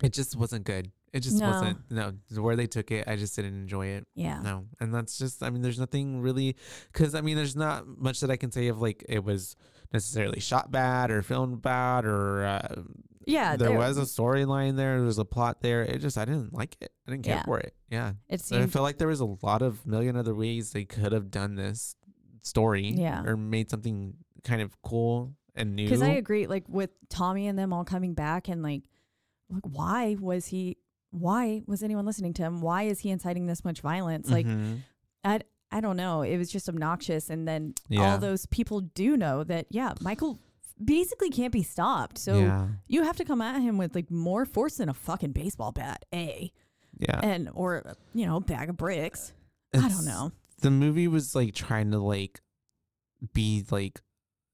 It just wasn't good. It just Mm-hmm. No. wasn't. No, where they took it, I just didn't enjoy it. yeah, No, and that's just. I mean, there's nothing really, because I mean, there's not much that I can say of like it was necessarily shot bad or filmed bad or uh, yeah. there there- was a storyline there. There was a plot there. It just I didn't like it. I didn't care Yeah. for it. Yeah, and It I seemed feel like there was a lot of million other ways they could have done this story. Yeah. Or made something kind of cool and knew. Because I agree, like with Tommy and them all coming back, and like, like why was he? Why was anyone listening to him? Why is he inciting this much violence? Like, Mhm. I I don't know. It was just obnoxious, and then Yeah. all those people do know that. Yeah, Michael basically can't be stopped. So yeah, you have to come at him with like more force than a fucking baseball bat, a yeah. and or you know a bag of bricks. I Uh, It's- don't know. The movie was like trying to like be like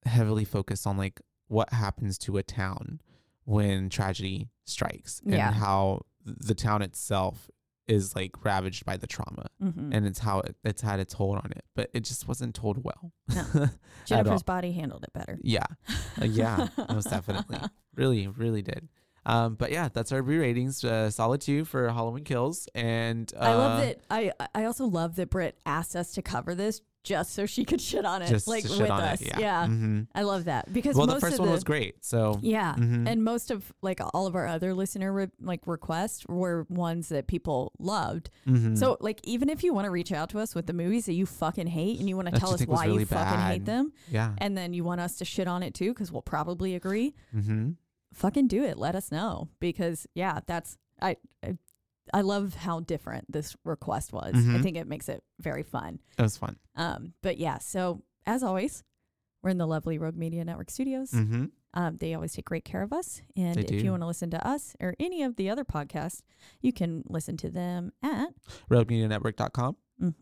heavily focused on like what happens to a town when tragedy strikes and Yeah. how th- the town itself is like ravaged by the trauma Mm-hmm. and it's how it, it's had its hold on it but it just wasn't told well Jennifer's body handled it better. yeah Uh, yeah most [laughs] definitely really really did um but yeah that's our re-ratings uh, solid two for halloween kills and uh, I love that. I I also love that Britt asked us to cover this just so she could shit on it, just like to shit with on us. it. Yeah, Mhm. I love that because well most the first of one the, was great so Yeah, Mhm. and most of like all of our other listener re- like requests were ones that people loved. mhm. So like even if you want to reach out to us with the movies that you fucking hate and you want to That tell you us think was why really you fucking bad. hate them, yeah and then you want us to shit on it too because we'll probably agree. mm-hmm. Fucking do it. Let us know because yeah, that's I. I I love how different this request was. I Mhm. think it makes it very fun. it was fun Um, but yeah, so as always, we're in the lovely Rogue Media Network studios. mm-hmm. Um, they always take great care of us. And They if you do. want to listen to us or any of the other podcasts, you can listen to them at. roadmedianetwork.com mhm.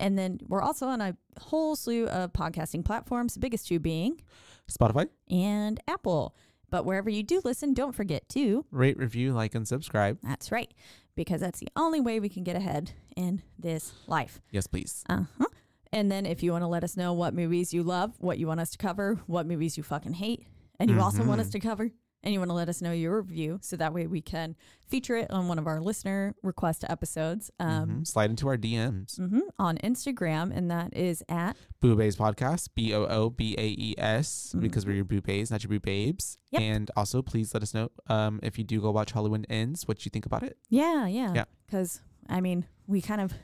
And then we're also on a whole slew of podcasting platforms, the biggest two being spotify and Apple. But wherever you do listen, don't forget to. rate review like and subscribe That's right, because that's the only way we can get ahead in this life. yes please Uh huh. And then if you want to let us know what movies you love, what you want us to cover, what movies you fucking hate, and you also want us to cover, and you want to let us know your review, so that way we can feature it on one of our listener request episodes um, Mhm. slide into our dms mhm, on Instagram, and that is at Boo Bays podcast, B O O B A E S, because we're your Boo Bays, not your Boo Babes. Yep. And also, please let us know um, if you do go watch Halloween Ends, what you think about it. yeah, yeah, Yeah. because I mean we kind of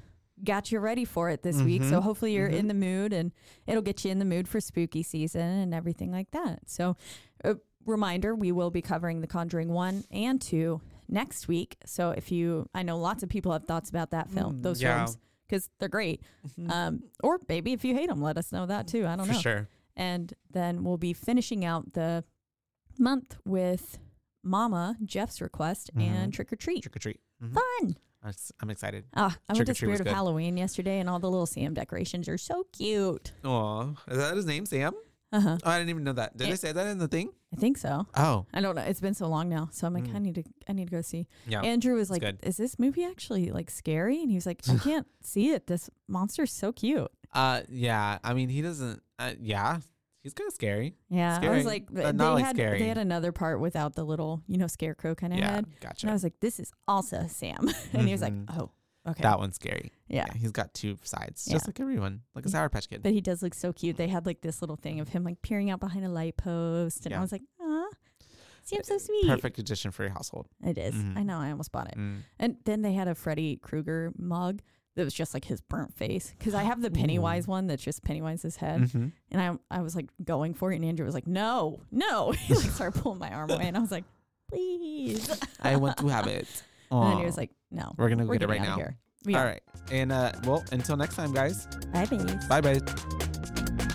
got you ready for it this week, so Mhm, hopefully you're in mhm. the mood, and it'll get you in the mood for spooky season and everything like that. So. uh, reminder we will be covering the conjuring 1 and 2 next week so if you i know lots of people have thoughts about that film those Mm, yeah. Mm-hmm. films because they're great um, or maybe if you hate them let us know that too i Oh, don't know sure. and then we'll be finishing out the month with mama jeff's request Mm-hmm. and trick or treat Trick or treat. Mhm. fun I'm s- I'm excited. Ah, i Trick went or to Treat was spirit of good. halloween yesterday and all the little sam decorations are so cute Aw, is that his name, Sam? uh-huh Oh, I didn't even know that. Did Yeah. I say that in the thing? i think so Oh, i don't know it's been so long now so i'm like i need to i need to go see Mm. yeah. Andrew was like, good. "Is this movie actually like scary?" And he was like, [laughs] "I can't see it. This monster's so cute." uh, yeah. I mean, he doesn't. Uh, yeah, he's kind of scary. Yeah, I Scary, was like, but they not, like, had scary. they had another part without the little you know scarecrow kind of yeah, head, gotcha. and I was like, "This is also Sam," [laughs] and he was like, Mhm. "Oh, okay, That one's scary. yeah." Yeah, he's got two sides, Yeah. just like everyone, like a sour patch kid. But he does look so cute. They had like this little thing of him like peering out behind a light post, and I Yeah. Uh, was like, "Ah, Sam's so sweet." Perfect addition for your household. It is. I Mhm. know. I almost bought it. Mm. And then they had a Freddy Krueger mug that was just like his burnt face because I have the Pennywise one that's just Pennywise's head. Mhm. And I, I was like going for it, and Andrew was like, "No, no!" [laughs] He [laughs] like started pulling my arm away, and I was like, "Please!" And I want to have it. [laughs] then he Aw. was like, "No, We're gonna go get it getting right out now. of here." Yeah. All right. And uh, well, until next time, guys. Bye, babies. Bye, bye.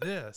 This